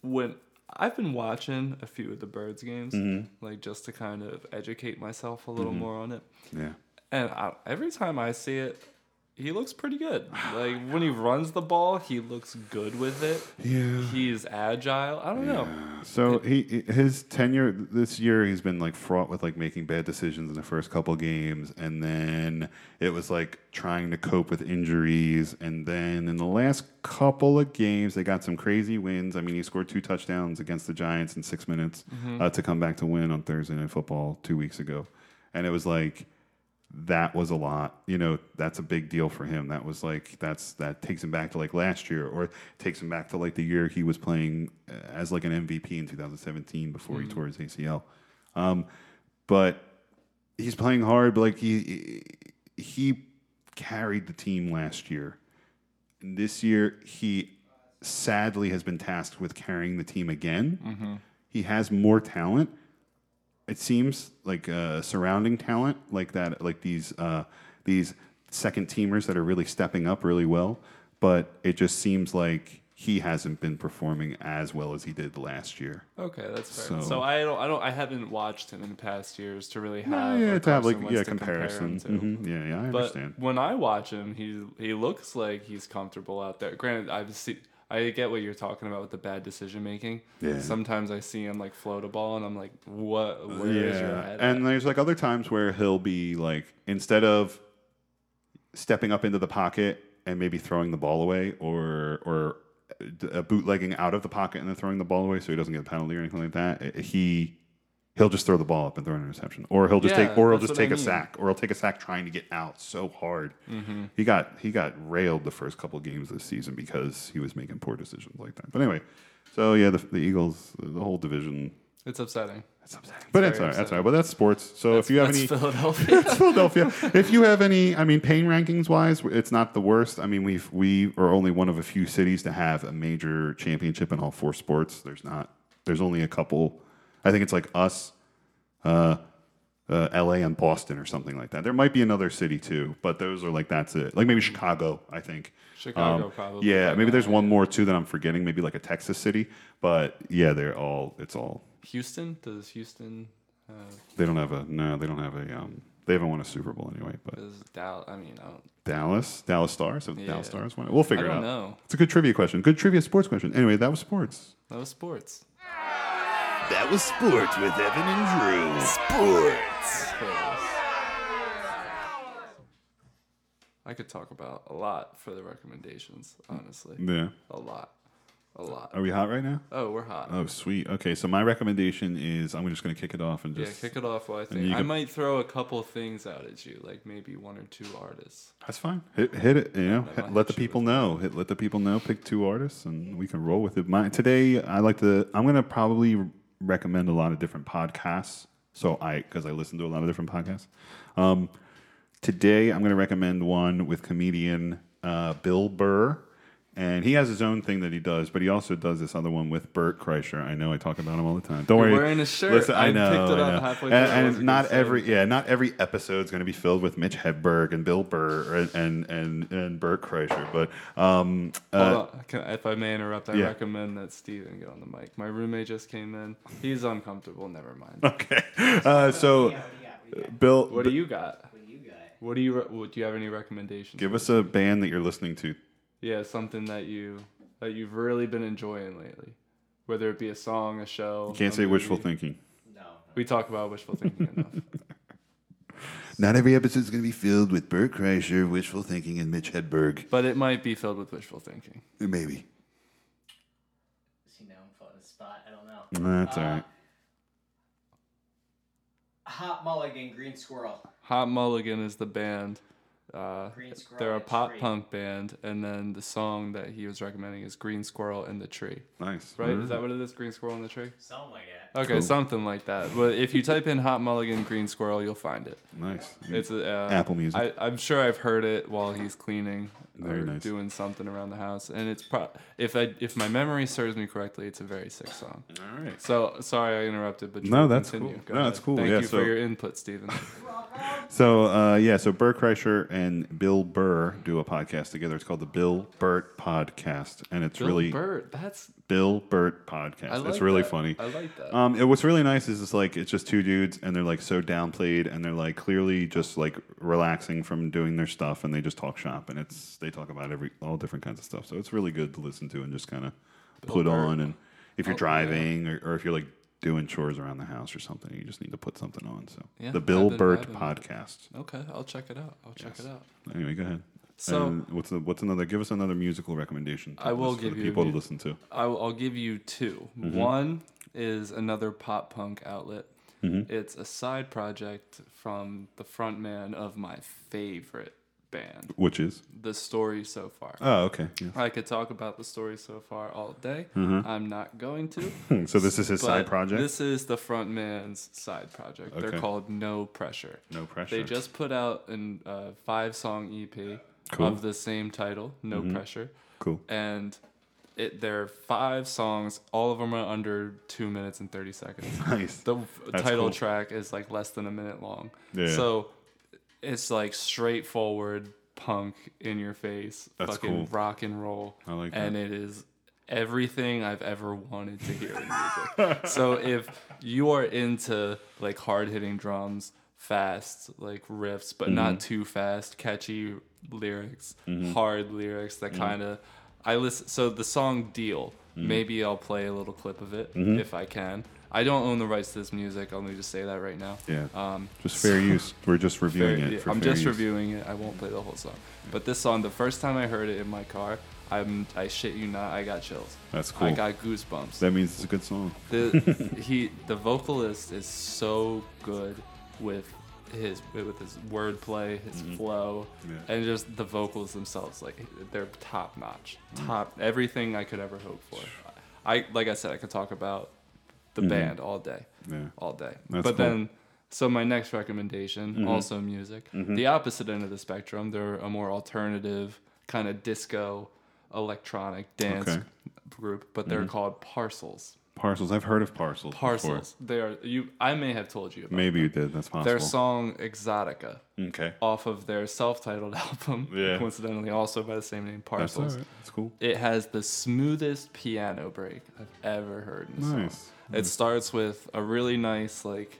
[SPEAKER 2] when I've been watching a few of the Birds games,
[SPEAKER 1] Mhm.
[SPEAKER 2] like just to kind of educate myself a little
[SPEAKER 1] Mhm.
[SPEAKER 2] more on it.
[SPEAKER 1] Yeah.
[SPEAKER 2] And I, every time I see it, he looks pretty good. Like when he runs the ball, he looks good with it.
[SPEAKER 1] Yeah.
[SPEAKER 2] He's agile. I don't know.
[SPEAKER 1] So he his tenure this year he's been like fraught with like making bad decisions in the first couple games and then it was like trying to cope with injuries and then in the last couple of games they got some crazy wins. I mean he scored two touchdowns against the Giants in 6 minutes
[SPEAKER 13] Mhm.
[SPEAKER 1] uh, to come back to win on Thursday night football 2 weeks ago. And it was like that was a lot. You know, that's a big deal for him. That was like that's that takes him back to like last year, or takes him back to like the year he was playing uh, as like an MVP in 2017 before he
[SPEAKER 13] Mm.
[SPEAKER 1] tore his ACL. Um, but he's playing hard. But like he he carried the team last year. And this year he sadly has been tasked with carrying the team again.
[SPEAKER 13] Mhm.
[SPEAKER 1] He has more talent, it seems like uh, surrounding talent like that like these uh, these second teamers that are really stepping up really well but it just seems like he hasn't been performing as well as he did last year
[SPEAKER 2] Okay, that's fair. So,
[SPEAKER 1] So-
[SPEAKER 2] I don't, I don't, I haven't watched him in past years to really
[SPEAKER 1] yeah,
[SPEAKER 2] have
[SPEAKER 1] yeah
[SPEAKER 2] a
[SPEAKER 1] to have like
[SPEAKER 2] Uh, Carson Wentz
[SPEAKER 1] yeah
[SPEAKER 2] to compare
[SPEAKER 1] comparison
[SPEAKER 2] him to.
[SPEAKER 1] Mhm. yeah yeah i
[SPEAKER 2] but
[SPEAKER 1] understand
[SPEAKER 2] when I watch him, he he looks like he's comfortable out there. Granted, I see, I get what you're talking about with the bad decision making.
[SPEAKER 1] Yeah.
[SPEAKER 2] Sometimes I see him like float a ball, and I'm like, what? Where is your head? at?
[SPEAKER 1] And there's like other times where he'll be like, instead of stepping up into the pocket and maybe throwing the ball away or or uh, bootlegging out of the pocket and then throwing the ball away so eh, he doesn't get a penalty or anything like that, he he'll just throw the ball up and throw an interception, or he'll just
[SPEAKER 2] Yeah,
[SPEAKER 1] take, or he'll
[SPEAKER 2] that's
[SPEAKER 1] just
[SPEAKER 2] what I
[SPEAKER 1] take a
[SPEAKER 2] mean.
[SPEAKER 1] sack, or he'll take a sack trying to get out so hard.
[SPEAKER 2] Mhm.
[SPEAKER 1] He got he got railed the first couple games this season because he was making poor decisions like that. But anyway, so yeah, the, the Eagles, the whole division.
[SPEAKER 2] It's upsetting.
[SPEAKER 1] It's upsetting. But it's all right. That's all right. But that's sports. So if you have any That's Philadelphia. if you have any, I mean, pain rankings wise, it's not the worst. I mean, we've we are only one of a few cities to have a major championship in all four sports. There's not. There's only a couple. I think it's like us, uh, uh, L.A. and Boston or something like that. There might be another city too, but those are like that's it. Like maybe Chicago. I think Um,
[SPEAKER 2] Chicago probably
[SPEAKER 1] Yeah,
[SPEAKER 2] right
[SPEAKER 1] maybe there's one more too that I'm forgetting. Maybe like a Texas city, but yeah, they're all. It's all.
[SPEAKER 2] Houston does Houston uh,
[SPEAKER 1] They don't have a no. They don't have a. Um, they haven't won a Super Bowl anyway, but.
[SPEAKER 2] does Dallas? I mean, I don't,
[SPEAKER 1] Dallas, Dallas Stars, have the Dallas
[SPEAKER 2] Yeah.
[SPEAKER 1] Stars won it. We'll figure
[SPEAKER 2] I
[SPEAKER 1] it out.
[SPEAKER 2] don't know.
[SPEAKER 1] It's a good trivia question. Good trivia sports question. Anyway, that was sports.
[SPEAKER 2] that was sports.
[SPEAKER 12] That was sports with Evan and Drew. Sports.
[SPEAKER 2] I could talk about a lot for the recommendations, honestly.
[SPEAKER 1] Yeah.
[SPEAKER 2] A lot. A lot.
[SPEAKER 1] Are we hot right now?
[SPEAKER 2] Oh, we're hot.
[SPEAKER 1] Oh, sweet. Okay, so my recommendation is I'm just going to kick it off and
[SPEAKER 2] yeah,
[SPEAKER 1] just
[SPEAKER 2] kick it off. Well, I
[SPEAKER 1] and
[SPEAKER 2] think
[SPEAKER 1] you
[SPEAKER 2] I
[SPEAKER 1] can-
[SPEAKER 2] might throw a couple things out at you, like maybe one or two artists.
[SPEAKER 1] That's fine. Hit, hit it. You know, hit- let the people know. Hit, let the people know. Pick two artists, and we can roll with it. My, today, I like to. I'm going to probably recommend a lot of different podcasts. So I, because I listen to a lot of different podcasts. Um, today, I'm going to recommend one with comedian uh, Bill Burr, and he has his own thing that he does, but he also does this other one with Bert Kreischer. I know I talk about him all the time. Don't
[SPEAKER 2] You're
[SPEAKER 1] worry.
[SPEAKER 2] wearing his shirt.
[SPEAKER 1] Listen, I,
[SPEAKER 2] I
[SPEAKER 1] know.
[SPEAKER 2] picked it
[SPEAKER 1] I
[SPEAKER 2] up
[SPEAKER 1] know.
[SPEAKER 2] halfway through.
[SPEAKER 1] And,
[SPEAKER 2] I
[SPEAKER 1] and
[SPEAKER 2] wasn't
[SPEAKER 1] not
[SPEAKER 2] gonna say
[SPEAKER 1] every yeah, not every episode is going to be filled with Mitch Hedberg and Bill Burr and and and, and Bert Kreischer, but um, uh,
[SPEAKER 2] Hold on. Can, if I may interrupt, I
[SPEAKER 1] yeah.
[SPEAKER 2] recommend that Steven get on the mic. My roommate just came in. He's uncomfortable. Never mind.
[SPEAKER 1] okay. Uh, so, Bill,
[SPEAKER 2] What do you got? What do you got? What do you? re- what- Do you have any recommendations?
[SPEAKER 1] give us a band that you're listening to?
[SPEAKER 2] Yeah, something that you that you've really been enjoying lately, whether it be a song, a show.
[SPEAKER 1] You can't
[SPEAKER 2] a
[SPEAKER 1] say wishful
[SPEAKER 2] movie.
[SPEAKER 1] thinking.
[SPEAKER 2] We talk about wishful thinking enough.
[SPEAKER 12] Not every episode is going to be filled with Bert Kreischer, wishful thinking, and Mitch Hedberg.
[SPEAKER 2] But it might be filled with wishful thinking.
[SPEAKER 12] Maybe.
[SPEAKER 13] See, now I'm putting a spot. I don't know. Uh,
[SPEAKER 1] That's all right.
[SPEAKER 13] Hot Mulligan, Green Squirrel.
[SPEAKER 2] Hot Mulligan is the band. Uh,
[SPEAKER 13] Green Squirrel
[SPEAKER 2] they're a
[SPEAKER 13] and the
[SPEAKER 2] pop
[SPEAKER 13] Tree.
[SPEAKER 2] punk band, and then the song that he was recommending is "Green Squirrel and the Tree."
[SPEAKER 1] Nice,
[SPEAKER 2] right?
[SPEAKER 1] Alright.
[SPEAKER 2] Is that what it is? Green Squirrel and the Tree.
[SPEAKER 13] Something like that.
[SPEAKER 2] Okay,
[SPEAKER 1] Mm-hmm. Cool.
[SPEAKER 2] something like that. But if you type in "Hot Mulligan Green Squirrel," you'll find it.
[SPEAKER 1] Nice.
[SPEAKER 2] It's uh,
[SPEAKER 1] Apple Music.
[SPEAKER 2] I, I'm sure I've heard it while he's cleaning
[SPEAKER 1] Very
[SPEAKER 2] or
[SPEAKER 1] nice.
[SPEAKER 2] doing something around the house, and it's pro- if I if my memory serves me correctly, it's a very sick song.
[SPEAKER 1] All right.
[SPEAKER 2] So sorry I interrupted, but
[SPEAKER 1] No,
[SPEAKER 2] you
[SPEAKER 1] that's
[SPEAKER 2] continue.
[SPEAKER 1] cool.
[SPEAKER 2] Go
[SPEAKER 1] No,
[SPEAKER 2] ahead.
[SPEAKER 1] that's cool.
[SPEAKER 2] Thank
[SPEAKER 1] Yeah,
[SPEAKER 2] you
[SPEAKER 1] so-
[SPEAKER 2] for your input, Steven.
[SPEAKER 1] So uh, yeah, so Burr Kreischer and Bill Burr do a podcast together. It's called the Bill Burt Podcast, and it's
[SPEAKER 2] Bill
[SPEAKER 1] really
[SPEAKER 2] Burt, that's-
[SPEAKER 1] Bill Burt Podcast.
[SPEAKER 2] I
[SPEAKER 1] it's
[SPEAKER 2] like
[SPEAKER 1] really
[SPEAKER 2] that.
[SPEAKER 1] funny.
[SPEAKER 2] I like that.
[SPEAKER 1] Um, and what's really nice is it's like it's just two dudes, and they're like so downplayed, and they're like clearly just like relaxing from doing their stuff, and they just talk shop, and it's they talk about every all different kinds of stuff. So it's really good to listen to and just kind of
[SPEAKER 2] Bill
[SPEAKER 1] put
[SPEAKER 2] Burr.
[SPEAKER 1] on, and if you're
[SPEAKER 2] Oh, yeah.
[SPEAKER 1] driving or, or if you're like doing chores around the house or something, you just need to put something on. So
[SPEAKER 2] Yeah,
[SPEAKER 1] the
[SPEAKER 2] I've
[SPEAKER 1] Bill
[SPEAKER 2] been
[SPEAKER 1] Burt
[SPEAKER 2] vibing.
[SPEAKER 1] Podcast.
[SPEAKER 2] okay, I'll check it out. I'll check it out.
[SPEAKER 1] Anyway, go ahead.
[SPEAKER 2] So-
[SPEAKER 1] And what's the, what's another? Give us another musical recommendation. to
[SPEAKER 2] I will
[SPEAKER 1] listen- for
[SPEAKER 2] give
[SPEAKER 1] the
[SPEAKER 2] you
[SPEAKER 1] people to listen to.
[SPEAKER 2] I will, I'll give you 2
[SPEAKER 1] Mhm.
[SPEAKER 2] One is another pop punk outlet.
[SPEAKER 1] Mhm.
[SPEAKER 2] It's a side project from the frontman of my favorite band,
[SPEAKER 1] Which is?
[SPEAKER 2] the story so far.
[SPEAKER 1] Oh, okay, yes.
[SPEAKER 2] I could talk about the story so far all day.
[SPEAKER 1] Mhm.
[SPEAKER 2] I'm not going to.
[SPEAKER 1] So this is his side
[SPEAKER 2] But
[SPEAKER 1] project?
[SPEAKER 2] This is the frontman's side project.
[SPEAKER 1] Okay.
[SPEAKER 2] They're called No Pressure.
[SPEAKER 1] No
[SPEAKER 2] They
[SPEAKER 1] Pressure.
[SPEAKER 2] just put out an uh, five song EP
[SPEAKER 1] Cool.
[SPEAKER 2] of the same title, No
[SPEAKER 1] Mhm.
[SPEAKER 2] Pressure.
[SPEAKER 1] Cool.
[SPEAKER 2] And it there are five songs. All of them are under two minutes and thirty seconds.
[SPEAKER 1] Nice.
[SPEAKER 2] The f-
[SPEAKER 1] That's
[SPEAKER 2] title
[SPEAKER 1] cool.
[SPEAKER 2] track is like less than a minute long.
[SPEAKER 1] Yeah.
[SPEAKER 2] So it's like straightforward punk in your face,
[SPEAKER 1] That's
[SPEAKER 2] fucking
[SPEAKER 1] cool.
[SPEAKER 2] rock and roll.
[SPEAKER 1] I like
[SPEAKER 2] and it is everything I've ever wanted to hear in music. so if you are into like hard hitting drums, fast like riffs, but
[SPEAKER 1] Mhm.
[SPEAKER 2] not too fast, catchy lyrics,
[SPEAKER 1] Mhm.
[SPEAKER 2] hard lyrics that
[SPEAKER 1] Mhm.
[SPEAKER 2] kind of I listen. So the song "Deal,"
[SPEAKER 1] Mhm.
[SPEAKER 2] maybe I'll play a little clip of it
[SPEAKER 1] Mhm.
[SPEAKER 2] if I can. I don't own the rights to this music. Let me just say that right now.
[SPEAKER 1] Yeah.
[SPEAKER 2] Um,
[SPEAKER 1] Just fair use. We're just reviewing it for
[SPEAKER 2] I'm
[SPEAKER 1] fair
[SPEAKER 2] just
[SPEAKER 1] use.
[SPEAKER 2] reviewing it. I won't play the whole song. But this song, the first time I heard it in my car, I'm I shit you not, I got chills.
[SPEAKER 1] That's cool.
[SPEAKER 2] I got goosebumps.
[SPEAKER 1] That means it's a good song.
[SPEAKER 2] The he the vocalist is so good with his with his wordplay, his flow,
[SPEAKER 1] Mm-hmm. Yeah.
[SPEAKER 2] and just the vocals themselves. Like they're top notch,
[SPEAKER 1] Mm.
[SPEAKER 2] top everything I could ever hope for. I like I said, I could talk about the
[SPEAKER 1] Mhm.
[SPEAKER 2] band all day,
[SPEAKER 1] Yeah.
[SPEAKER 2] all day.
[SPEAKER 1] That's
[SPEAKER 2] but
[SPEAKER 1] cool.
[SPEAKER 2] then so my next recommendation,
[SPEAKER 1] Mhm.
[SPEAKER 2] also music,
[SPEAKER 1] Mhm.
[SPEAKER 2] the opposite end of the spectrum. They're a more alternative kind of disco, electronic dance
[SPEAKER 1] Okay.
[SPEAKER 2] group, but they're
[SPEAKER 1] Mhm.
[SPEAKER 2] called Parcels.
[SPEAKER 1] Parcels. I've heard of parcels. before.
[SPEAKER 2] Parcels. They are you. I may have told you. About
[SPEAKER 1] Maybe
[SPEAKER 2] them.
[SPEAKER 1] you did. That's possible. Mm,
[SPEAKER 2] Their song "Exotica."
[SPEAKER 1] Okay.
[SPEAKER 2] Off of their self-titled album,
[SPEAKER 1] Yeah.
[SPEAKER 2] coincidentally also by the same name, Parcels.
[SPEAKER 1] alright. That's cool.
[SPEAKER 2] It has the smoothest piano break I've ever heard. In a song.
[SPEAKER 1] Nice.
[SPEAKER 2] It starts with a really nice like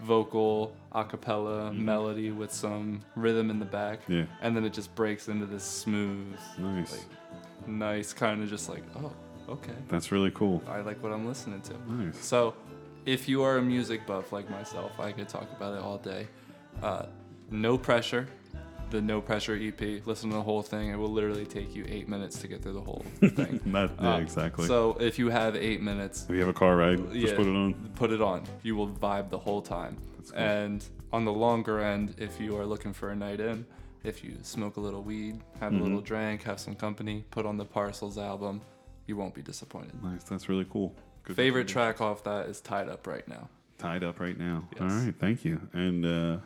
[SPEAKER 2] vocal a cappella melody with some rhythm in the back.
[SPEAKER 1] Mm-hmm. Yeah.
[SPEAKER 2] And then it just breaks into this smooth,
[SPEAKER 1] Nice.
[SPEAKER 2] like, nice kind of just like oh okay.
[SPEAKER 1] That's really cool.
[SPEAKER 2] I like what I'm listening to.
[SPEAKER 1] Nice.
[SPEAKER 2] So, if you are a music buff like myself, I could talk about it all day. Uh, no pressure. The No Pressure EP. Listen to the whole thing. It will literally take you eight minutes to get through the whole thing. Um,
[SPEAKER 1] Not- yeah, exactly.
[SPEAKER 2] So if you have eight minutes,
[SPEAKER 1] If you have a car ride, just put it on.
[SPEAKER 2] Put it on. You will vibe the whole time.
[SPEAKER 1] cool.
[SPEAKER 2] And on the longer end, if you are looking for a night in, if you smoke a little weed, have
[SPEAKER 1] Mhm.
[SPEAKER 2] a little drink, have some company, put on the Parcels album, you won't be disappointed.
[SPEAKER 1] Nice. That's really cool. Good
[SPEAKER 2] Favorite track off that is Tied Up Right Now.
[SPEAKER 1] tied up right now. All right, thank you. And uh,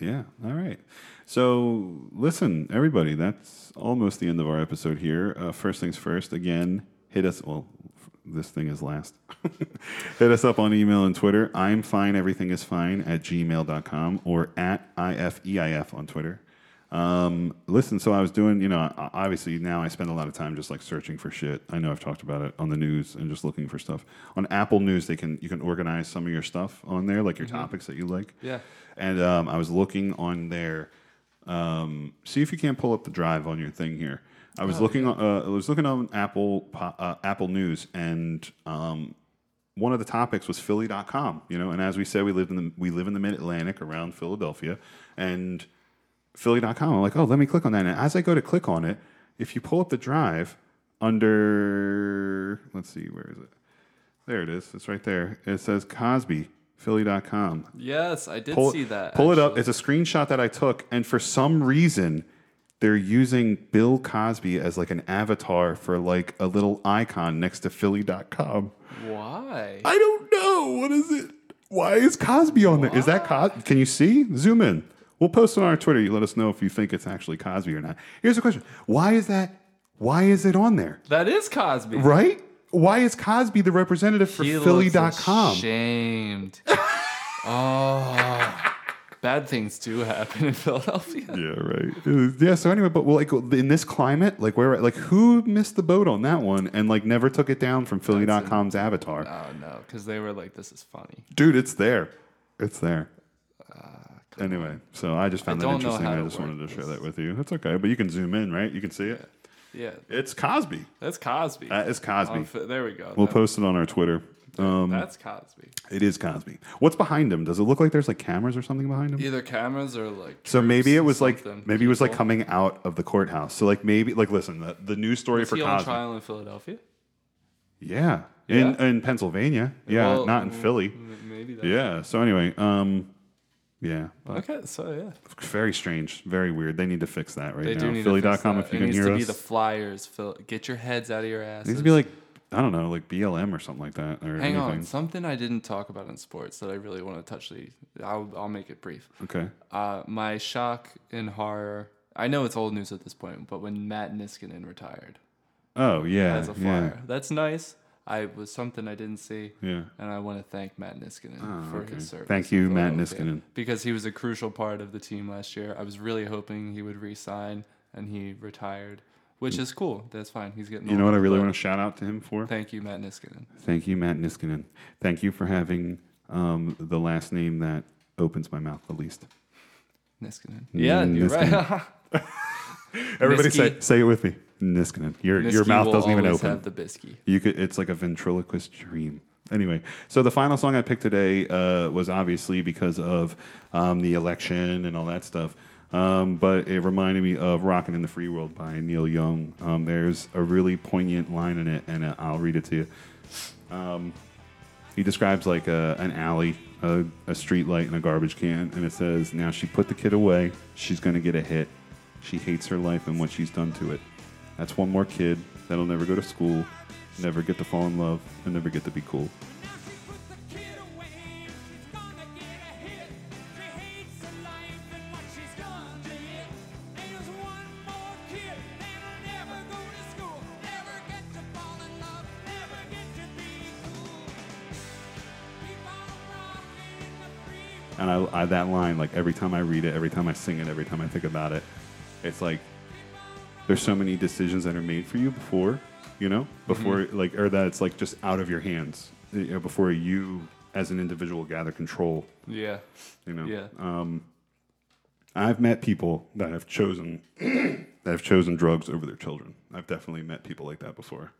[SPEAKER 1] yeah, all right. So listen, everybody, that's almost the end of our episode here. Uh, first things first, again, hit us. Well, f- this thing is last. hit us up on email and Twitter. I'm fine, everything is fine at gmail.com or at IFEIF on Twitter. Um, listen, so I was doing, you know, o- obviously now I spend a lot of time just like searching for shit. I know I've talked about it on the news and just looking for stuff. On Apple News, they can you can organize some of your stuff on there, like your topics that you like.
[SPEAKER 2] Mm-hmm. Yeah.
[SPEAKER 1] And um, I was looking on there. Um, see if you can't pull up the drive on your thing here. I was
[SPEAKER 2] Oh,
[SPEAKER 1] looking. On, uh, I was looking on Apple po- uh, Apple News, and um, one of the topics was Philly.com. You know, and as we said, we lived in the we live in the Mid Atlantic around Philadelphia, and Philly.com. I'm like, oh, let me click on that. And as I go to click on it, if you pull up the drive under, let's see, where is it? There it is. It's right there. It says Cosby, Philly.com.
[SPEAKER 2] Yes, I did
[SPEAKER 1] Pull-
[SPEAKER 2] see that.
[SPEAKER 1] Pull it up. It's a screenshot that I took. And for some reason, they're using Bill Cosby as like an avatar for like a little icon next to Philly.com.
[SPEAKER 2] Why?
[SPEAKER 1] I don't know. What is it? Why is Cosby on there? Is that Cosby? Can you see? Zoom in. We'll post it on our Twitter. You let us know if you think it's actually Cosby or not. Here's a question: Why is that? Why is it on there?
[SPEAKER 2] That is Cosby.
[SPEAKER 1] Right? Why is Cosby the representative for
[SPEAKER 2] He looks
[SPEAKER 1] Philly.com?
[SPEAKER 2] Ashamed. oh, bad things do happen in Philadelphia.
[SPEAKER 1] Yeah, right. It was- yeah. So anyway, but well, like in this climate, like where, like who missed the boat on that one and like never took it down from Philly.com's avatar?
[SPEAKER 2] Oh no, because they were like, "This is funny."
[SPEAKER 1] Dude, it's there. It's there. anyway, so I just found
[SPEAKER 2] Uh, I
[SPEAKER 1] that
[SPEAKER 2] don't know
[SPEAKER 1] interesting.
[SPEAKER 2] how
[SPEAKER 1] I
[SPEAKER 2] to
[SPEAKER 1] just
[SPEAKER 2] work
[SPEAKER 1] wanted to share that with you. That's okay, but you can zoom in, right? You can see it.
[SPEAKER 2] Yeah,
[SPEAKER 1] It's Cosby.
[SPEAKER 2] that's Cosby.
[SPEAKER 1] That is Cosby.
[SPEAKER 2] On Ph- there we go.
[SPEAKER 1] We'll
[SPEAKER 2] That-
[SPEAKER 1] post it on our Twitter. Um,
[SPEAKER 2] That's Cosby.
[SPEAKER 1] It is Cosby. What's behind him? Does it look like there's like cameras or something behind him?
[SPEAKER 2] Either cameras or like.
[SPEAKER 1] So maybe
[SPEAKER 2] troops
[SPEAKER 1] it
[SPEAKER 2] or
[SPEAKER 1] was like
[SPEAKER 2] something,
[SPEAKER 1] maybe it was like
[SPEAKER 2] people.
[SPEAKER 1] coming out of the courthouse. So like maybe like listen, the, the news story
[SPEAKER 2] Was
[SPEAKER 1] for
[SPEAKER 2] he on
[SPEAKER 1] Cosby.
[SPEAKER 2] trial in Philadelphia?
[SPEAKER 1] Yeah. In
[SPEAKER 2] Yeah?
[SPEAKER 1] in Pennsylvania. Yeah,
[SPEAKER 2] Well,
[SPEAKER 1] not in
[SPEAKER 2] mm,
[SPEAKER 1] Philly.
[SPEAKER 2] m- maybe that's-
[SPEAKER 1] Yeah. So anyway, um yeah. but
[SPEAKER 2] Okay, so yeah.
[SPEAKER 1] Very strange, very weird. They need to fix that right
[SPEAKER 2] They
[SPEAKER 1] now.
[SPEAKER 2] do need to fix
[SPEAKER 1] Philly.com
[SPEAKER 2] that.
[SPEAKER 1] if you
[SPEAKER 2] it
[SPEAKER 1] can
[SPEAKER 2] needs
[SPEAKER 1] hear
[SPEAKER 2] to
[SPEAKER 1] us.
[SPEAKER 2] be the Flyers. Phil- Get your heads out of your ass.
[SPEAKER 1] it needs to be like I don't know, like BLM or something like that or
[SPEAKER 2] Hang
[SPEAKER 1] anything.
[SPEAKER 2] on, something I didn't talk about in sports that I really want to touch. The I'll I'll make it brief.
[SPEAKER 1] Okay.
[SPEAKER 2] Uh, my shock and horror. I know it's old news at this point, but when Matt Niskanen retired
[SPEAKER 1] Oh yeah.
[SPEAKER 2] as a
[SPEAKER 1] yeah.
[SPEAKER 2] flyer, that's nice. I was something I didn't see.
[SPEAKER 1] Yeah.
[SPEAKER 2] And I want to thank Matt Niskanen
[SPEAKER 1] Oh,
[SPEAKER 2] for
[SPEAKER 1] okay.
[SPEAKER 2] his service.
[SPEAKER 1] Thank
[SPEAKER 2] in
[SPEAKER 1] you, Matt
[SPEAKER 2] Philadelphia,
[SPEAKER 1] Niskanen.
[SPEAKER 2] Because he was a crucial part of the team last year. I was really hoping he would re-sign, and he retired, which is cool. That's fine. He's getting.
[SPEAKER 1] Mm. You know what I
[SPEAKER 2] older,
[SPEAKER 1] really
[SPEAKER 2] but
[SPEAKER 1] want to shout out to him for?
[SPEAKER 2] Thank you, Matt Niskanen.
[SPEAKER 1] Thank you, Matt Niskanen. Thank you for having um, the last name that opens my mouth the least.
[SPEAKER 2] Niskanen. Yeah, you're
[SPEAKER 1] Mm, Niskanen.
[SPEAKER 2] right.
[SPEAKER 1] Everybody say
[SPEAKER 2] Nisky.
[SPEAKER 1] say it with me. Niskanen. Your your
[SPEAKER 2] Nisky
[SPEAKER 1] mouth
[SPEAKER 2] will
[SPEAKER 1] doesn't even
[SPEAKER 2] always
[SPEAKER 1] open.
[SPEAKER 2] have the bisky.
[SPEAKER 1] You could. It's like a ventriloquist dream. Anyway, so the final song I picked today uh, was obviously because of um, the election and all that stuff. Um, but it reminded me of Rockin' in the Free World by Neil Young. Um, there's a really poignant line in it, and uh, I'll read it to you. Um, he describes like a, an alley, a, a street light, and a garbage can, and it says, "Now she put the kid away. She's gonna get a hit. She hates her life and what she's done to it. That's one more kid that'll never go to school, never get to fall in love, and never get to be cool." And I, I that line, like every time I read it, every time I sing it, every time I think about it, it's like there's so many decisions that are made for you before, you know, before like or that it's like just out of your hands you know, before you as an individual gather control.
[SPEAKER 2] Yeah.
[SPEAKER 1] You know.
[SPEAKER 2] Yeah.
[SPEAKER 1] Um, I've met people that have chosen that have chosen drugs over their children. I've definitely met people like that before.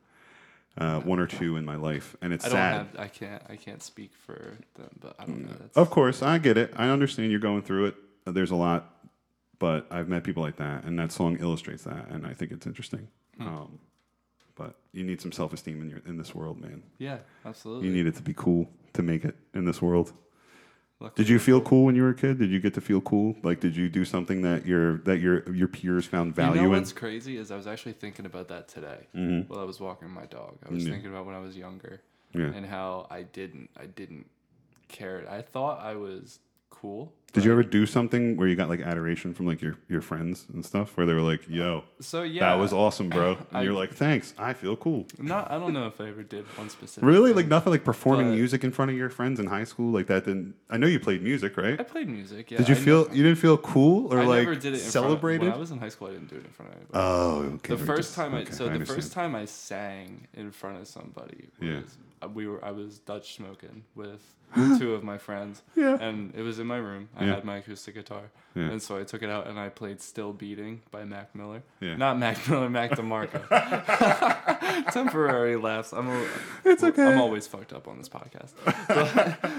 [SPEAKER 1] Uh, one or two in my life, and it's
[SPEAKER 2] I don't
[SPEAKER 1] sad. Mm.
[SPEAKER 2] have. I can't. I can't speak for them, but I don't know. That's,
[SPEAKER 1] Of course, I get it. I understand you're going through it. Uh, There's a lot, but I've met people like that, and that song illustrates that, and I think it's interesting.
[SPEAKER 2] Hmm.
[SPEAKER 1] Um, but you need some self esteem in your in this world, man.
[SPEAKER 2] Yeah, absolutely.
[SPEAKER 1] You need it to be cool to make it in this world.
[SPEAKER 2] Luckily
[SPEAKER 1] did you feel cool when you were a kid? Did you get to feel cool? Like, did you do something that your that your your peers found value
[SPEAKER 2] You know
[SPEAKER 1] in?
[SPEAKER 2] what's crazy is I was actually thinking about that today
[SPEAKER 1] Mhm.
[SPEAKER 2] while I was walking my dog. I was
[SPEAKER 1] Yeah.
[SPEAKER 2] thinking about when I was younger
[SPEAKER 1] Yeah.
[SPEAKER 2] and how I didn't. I didn't care. I thought I was cool.
[SPEAKER 1] Did you ever do something where you got like adoration from like your your friends and stuff, where they were like, "Yo,
[SPEAKER 2] Uh, So,
[SPEAKER 1] that
[SPEAKER 2] yeah,
[SPEAKER 1] was awesome, bro," and
[SPEAKER 2] I-
[SPEAKER 1] you're like, "Thanks, I feel cool."
[SPEAKER 2] Not. I don't know if I ever did one specific.
[SPEAKER 1] Really?
[SPEAKER 2] thing.
[SPEAKER 1] Like nothing like performing
[SPEAKER 2] but-
[SPEAKER 1] music in front of your friends in high school? Like that didn't I know you played music, right?
[SPEAKER 2] I played music. Yeah.
[SPEAKER 1] did you
[SPEAKER 2] I
[SPEAKER 1] feel you didn't feel cool or
[SPEAKER 2] I
[SPEAKER 1] like
[SPEAKER 2] never did it in
[SPEAKER 1] celebrated?
[SPEAKER 2] Front of, when I was in high school, I didn't do it in front of anybody.
[SPEAKER 1] Oh, okay,
[SPEAKER 2] The
[SPEAKER 1] we
[SPEAKER 2] first
[SPEAKER 1] just-
[SPEAKER 2] time I
[SPEAKER 1] okay,
[SPEAKER 2] so
[SPEAKER 1] I
[SPEAKER 2] the
[SPEAKER 1] understand.
[SPEAKER 2] first time I sang in front of somebody was
[SPEAKER 1] Yeah.
[SPEAKER 2] uh, we were I was Dutch smoking with two of my friends.
[SPEAKER 1] Yeah.
[SPEAKER 2] And it was in my room. I
[SPEAKER 1] Yeah.
[SPEAKER 2] had my acoustic guitar.
[SPEAKER 1] Yeah.
[SPEAKER 2] And so I took it out and I played Still Beating by Mac Miller.
[SPEAKER 1] Yeah.
[SPEAKER 2] Not Mac Miller, Mac DeMarco. Temporary laughs. I'm a,
[SPEAKER 1] It's okay.
[SPEAKER 2] I'm always fucked up on this podcast.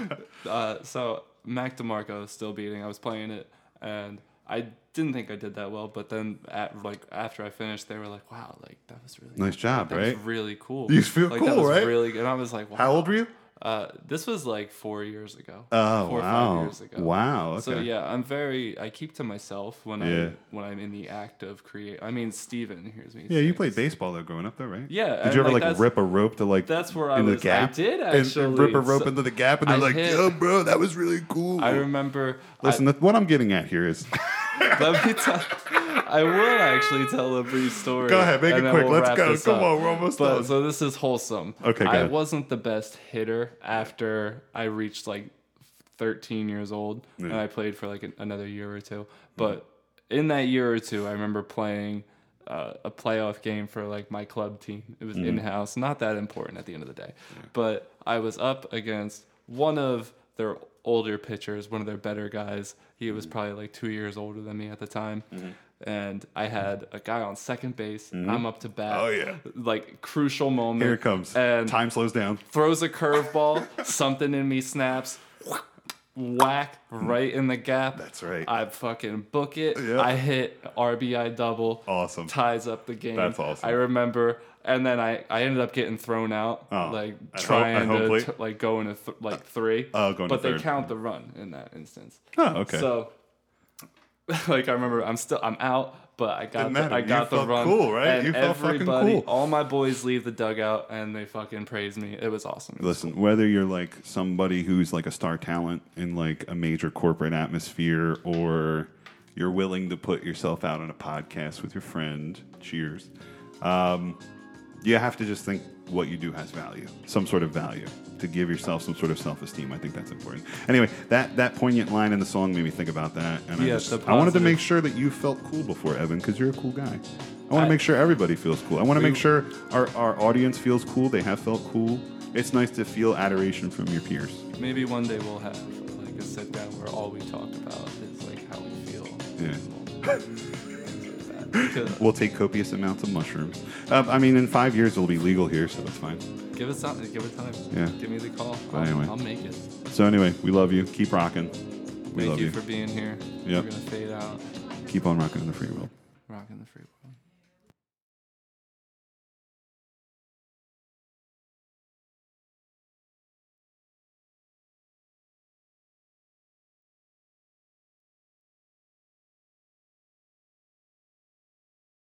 [SPEAKER 2] But, uh, so Mac DeMarco is still beating. I was playing it, and I didn't think I did that well. But then, at, like after I finished, they were like, "Wow, like that was really
[SPEAKER 1] Nice job,
[SPEAKER 2] that
[SPEAKER 1] right?
[SPEAKER 2] Was really cool.
[SPEAKER 1] You feel
[SPEAKER 2] like,
[SPEAKER 1] cool,
[SPEAKER 2] that was
[SPEAKER 1] right?
[SPEAKER 2] Really good." And I was like, wow.
[SPEAKER 1] How old were you?
[SPEAKER 2] Uh, this was like four years ago.
[SPEAKER 1] Oh,
[SPEAKER 2] Four or
[SPEAKER 1] wow.
[SPEAKER 2] five years ago.
[SPEAKER 1] Wow,
[SPEAKER 2] So
[SPEAKER 1] okay.
[SPEAKER 2] yeah, I'm very. I keep to myself when
[SPEAKER 1] Yeah.
[SPEAKER 2] I when I'm in the act of create. I mean, Steven hears me.
[SPEAKER 1] Yeah,
[SPEAKER 2] sing.
[SPEAKER 1] you played baseball though growing up though, right? Did you
[SPEAKER 2] Yeah, and,
[SPEAKER 1] ever
[SPEAKER 2] like,
[SPEAKER 1] like,
[SPEAKER 2] that's-
[SPEAKER 1] rip a rope to like
[SPEAKER 2] That's where I
[SPEAKER 1] into
[SPEAKER 2] was.
[SPEAKER 1] the gap?
[SPEAKER 2] I did
[SPEAKER 1] And- and
[SPEAKER 2] actually
[SPEAKER 1] rip a rope
[SPEAKER 2] So-
[SPEAKER 1] into the gap and they're
[SPEAKER 2] I
[SPEAKER 1] like,
[SPEAKER 2] hit-
[SPEAKER 1] "Yo, bro, that was really cool."
[SPEAKER 2] I remember.
[SPEAKER 1] Listen, that- what I'm getting at here is
[SPEAKER 2] Let me tell. I will actually tell a brief story.
[SPEAKER 1] Go ahead, make
[SPEAKER 2] and
[SPEAKER 1] it
[SPEAKER 2] then
[SPEAKER 1] quick.
[SPEAKER 2] we'll
[SPEAKER 1] Let's
[SPEAKER 2] wrap
[SPEAKER 1] go.
[SPEAKER 2] this
[SPEAKER 1] Come
[SPEAKER 2] up.
[SPEAKER 1] on, we're almost
[SPEAKER 2] but,
[SPEAKER 1] done.
[SPEAKER 2] So this is wholesome.
[SPEAKER 1] Okay, go
[SPEAKER 2] I
[SPEAKER 1] ahead.
[SPEAKER 2] wasn't the best hitter after I reached like 13 years old, and
[SPEAKER 1] Yeah. Mm.
[SPEAKER 2] I played for like an, another year or two. But in that year or two, I remember playing. Uh, a playoff game for like my club team. It was
[SPEAKER 1] Mhm.
[SPEAKER 2] in house, not that important at the end of the day. But I was up against one of their older pitchers, one of their better guys. He
[SPEAKER 1] Mm-hmm.
[SPEAKER 2] was probably like two years older than me at the time. And I had a guy on second base.
[SPEAKER 1] Mhm.
[SPEAKER 2] I'm up to bat.
[SPEAKER 1] Oh, yeah.
[SPEAKER 2] Like crucial moment.
[SPEAKER 1] Here it comes.
[SPEAKER 2] And
[SPEAKER 1] Time slows down.
[SPEAKER 2] Throws a curveball. something in me snaps. Whack right in the gap. That's
[SPEAKER 1] right.
[SPEAKER 2] I fucking book it.
[SPEAKER 1] Yep.
[SPEAKER 2] I hit RBI double.
[SPEAKER 1] Awesome.
[SPEAKER 2] Ties up the game.
[SPEAKER 1] That's awesome.
[SPEAKER 2] I remember, and then I, I ended up getting thrown out.
[SPEAKER 1] Oh.
[SPEAKER 2] like
[SPEAKER 1] At ho- at
[SPEAKER 2] trying
[SPEAKER 1] home
[SPEAKER 2] to
[SPEAKER 1] plate?
[SPEAKER 2] t- like go into th- like three.
[SPEAKER 1] oh, going to
[SPEAKER 2] But they
[SPEAKER 1] third.
[SPEAKER 2] count the run in that instance.
[SPEAKER 1] Oh, okay.
[SPEAKER 2] So, like I remember, I'm still I'm out, but I got
[SPEAKER 1] Didn't
[SPEAKER 2] the,
[SPEAKER 1] matter.
[SPEAKER 2] I
[SPEAKER 1] You
[SPEAKER 2] got the
[SPEAKER 1] felt
[SPEAKER 2] run.
[SPEAKER 1] cool, right?
[SPEAKER 2] And
[SPEAKER 1] You felt fucking
[SPEAKER 2] everybody,
[SPEAKER 1] cool.
[SPEAKER 2] all my boys leave the dugout and they fucking praise me. It was awesome.
[SPEAKER 1] Listen, whether you're like somebody who's like a star talent in like a major corporate atmosphere or you're willing to put yourself out on a podcast with your friend, cheers. Um, you have to just think what you do has value, some sort of value to give yourself some sort of self-esteem. I think that's important. Anyway, that that poignant line in the song made me think about that, and
[SPEAKER 2] Yeah,
[SPEAKER 1] I, just,
[SPEAKER 2] the
[SPEAKER 1] I wanted to
[SPEAKER 2] positive-
[SPEAKER 1] make sure that you felt cool before Evan because you're a cool guy. I want to make sure everybody feels cool. I want to
[SPEAKER 2] We-
[SPEAKER 1] make sure our, our audience feels cool. They have felt cool. It's nice to feel adoration from your peers.
[SPEAKER 2] Maybe one day we'll have like a sit down where all we talk about is like how we feel.
[SPEAKER 1] Yeah.
[SPEAKER 2] Things like that. Because-
[SPEAKER 1] We'll take copious amounts of mushrooms. Uh, I mean, in five years it'll be legal here, so that's fine.
[SPEAKER 2] Give it something. Give it time.
[SPEAKER 1] Yeah.
[SPEAKER 2] Give me the call.
[SPEAKER 1] But anyway,
[SPEAKER 2] I'll make it.
[SPEAKER 1] So anyway, we love you. Keep rocking. We
[SPEAKER 2] Thank
[SPEAKER 1] love
[SPEAKER 2] you,
[SPEAKER 1] you.
[SPEAKER 2] for being here.
[SPEAKER 1] Yep.
[SPEAKER 2] We're gonna fade out.
[SPEAKER 14] Keep on rocking the free world.
[SPEAKER 1] Rocking the free world.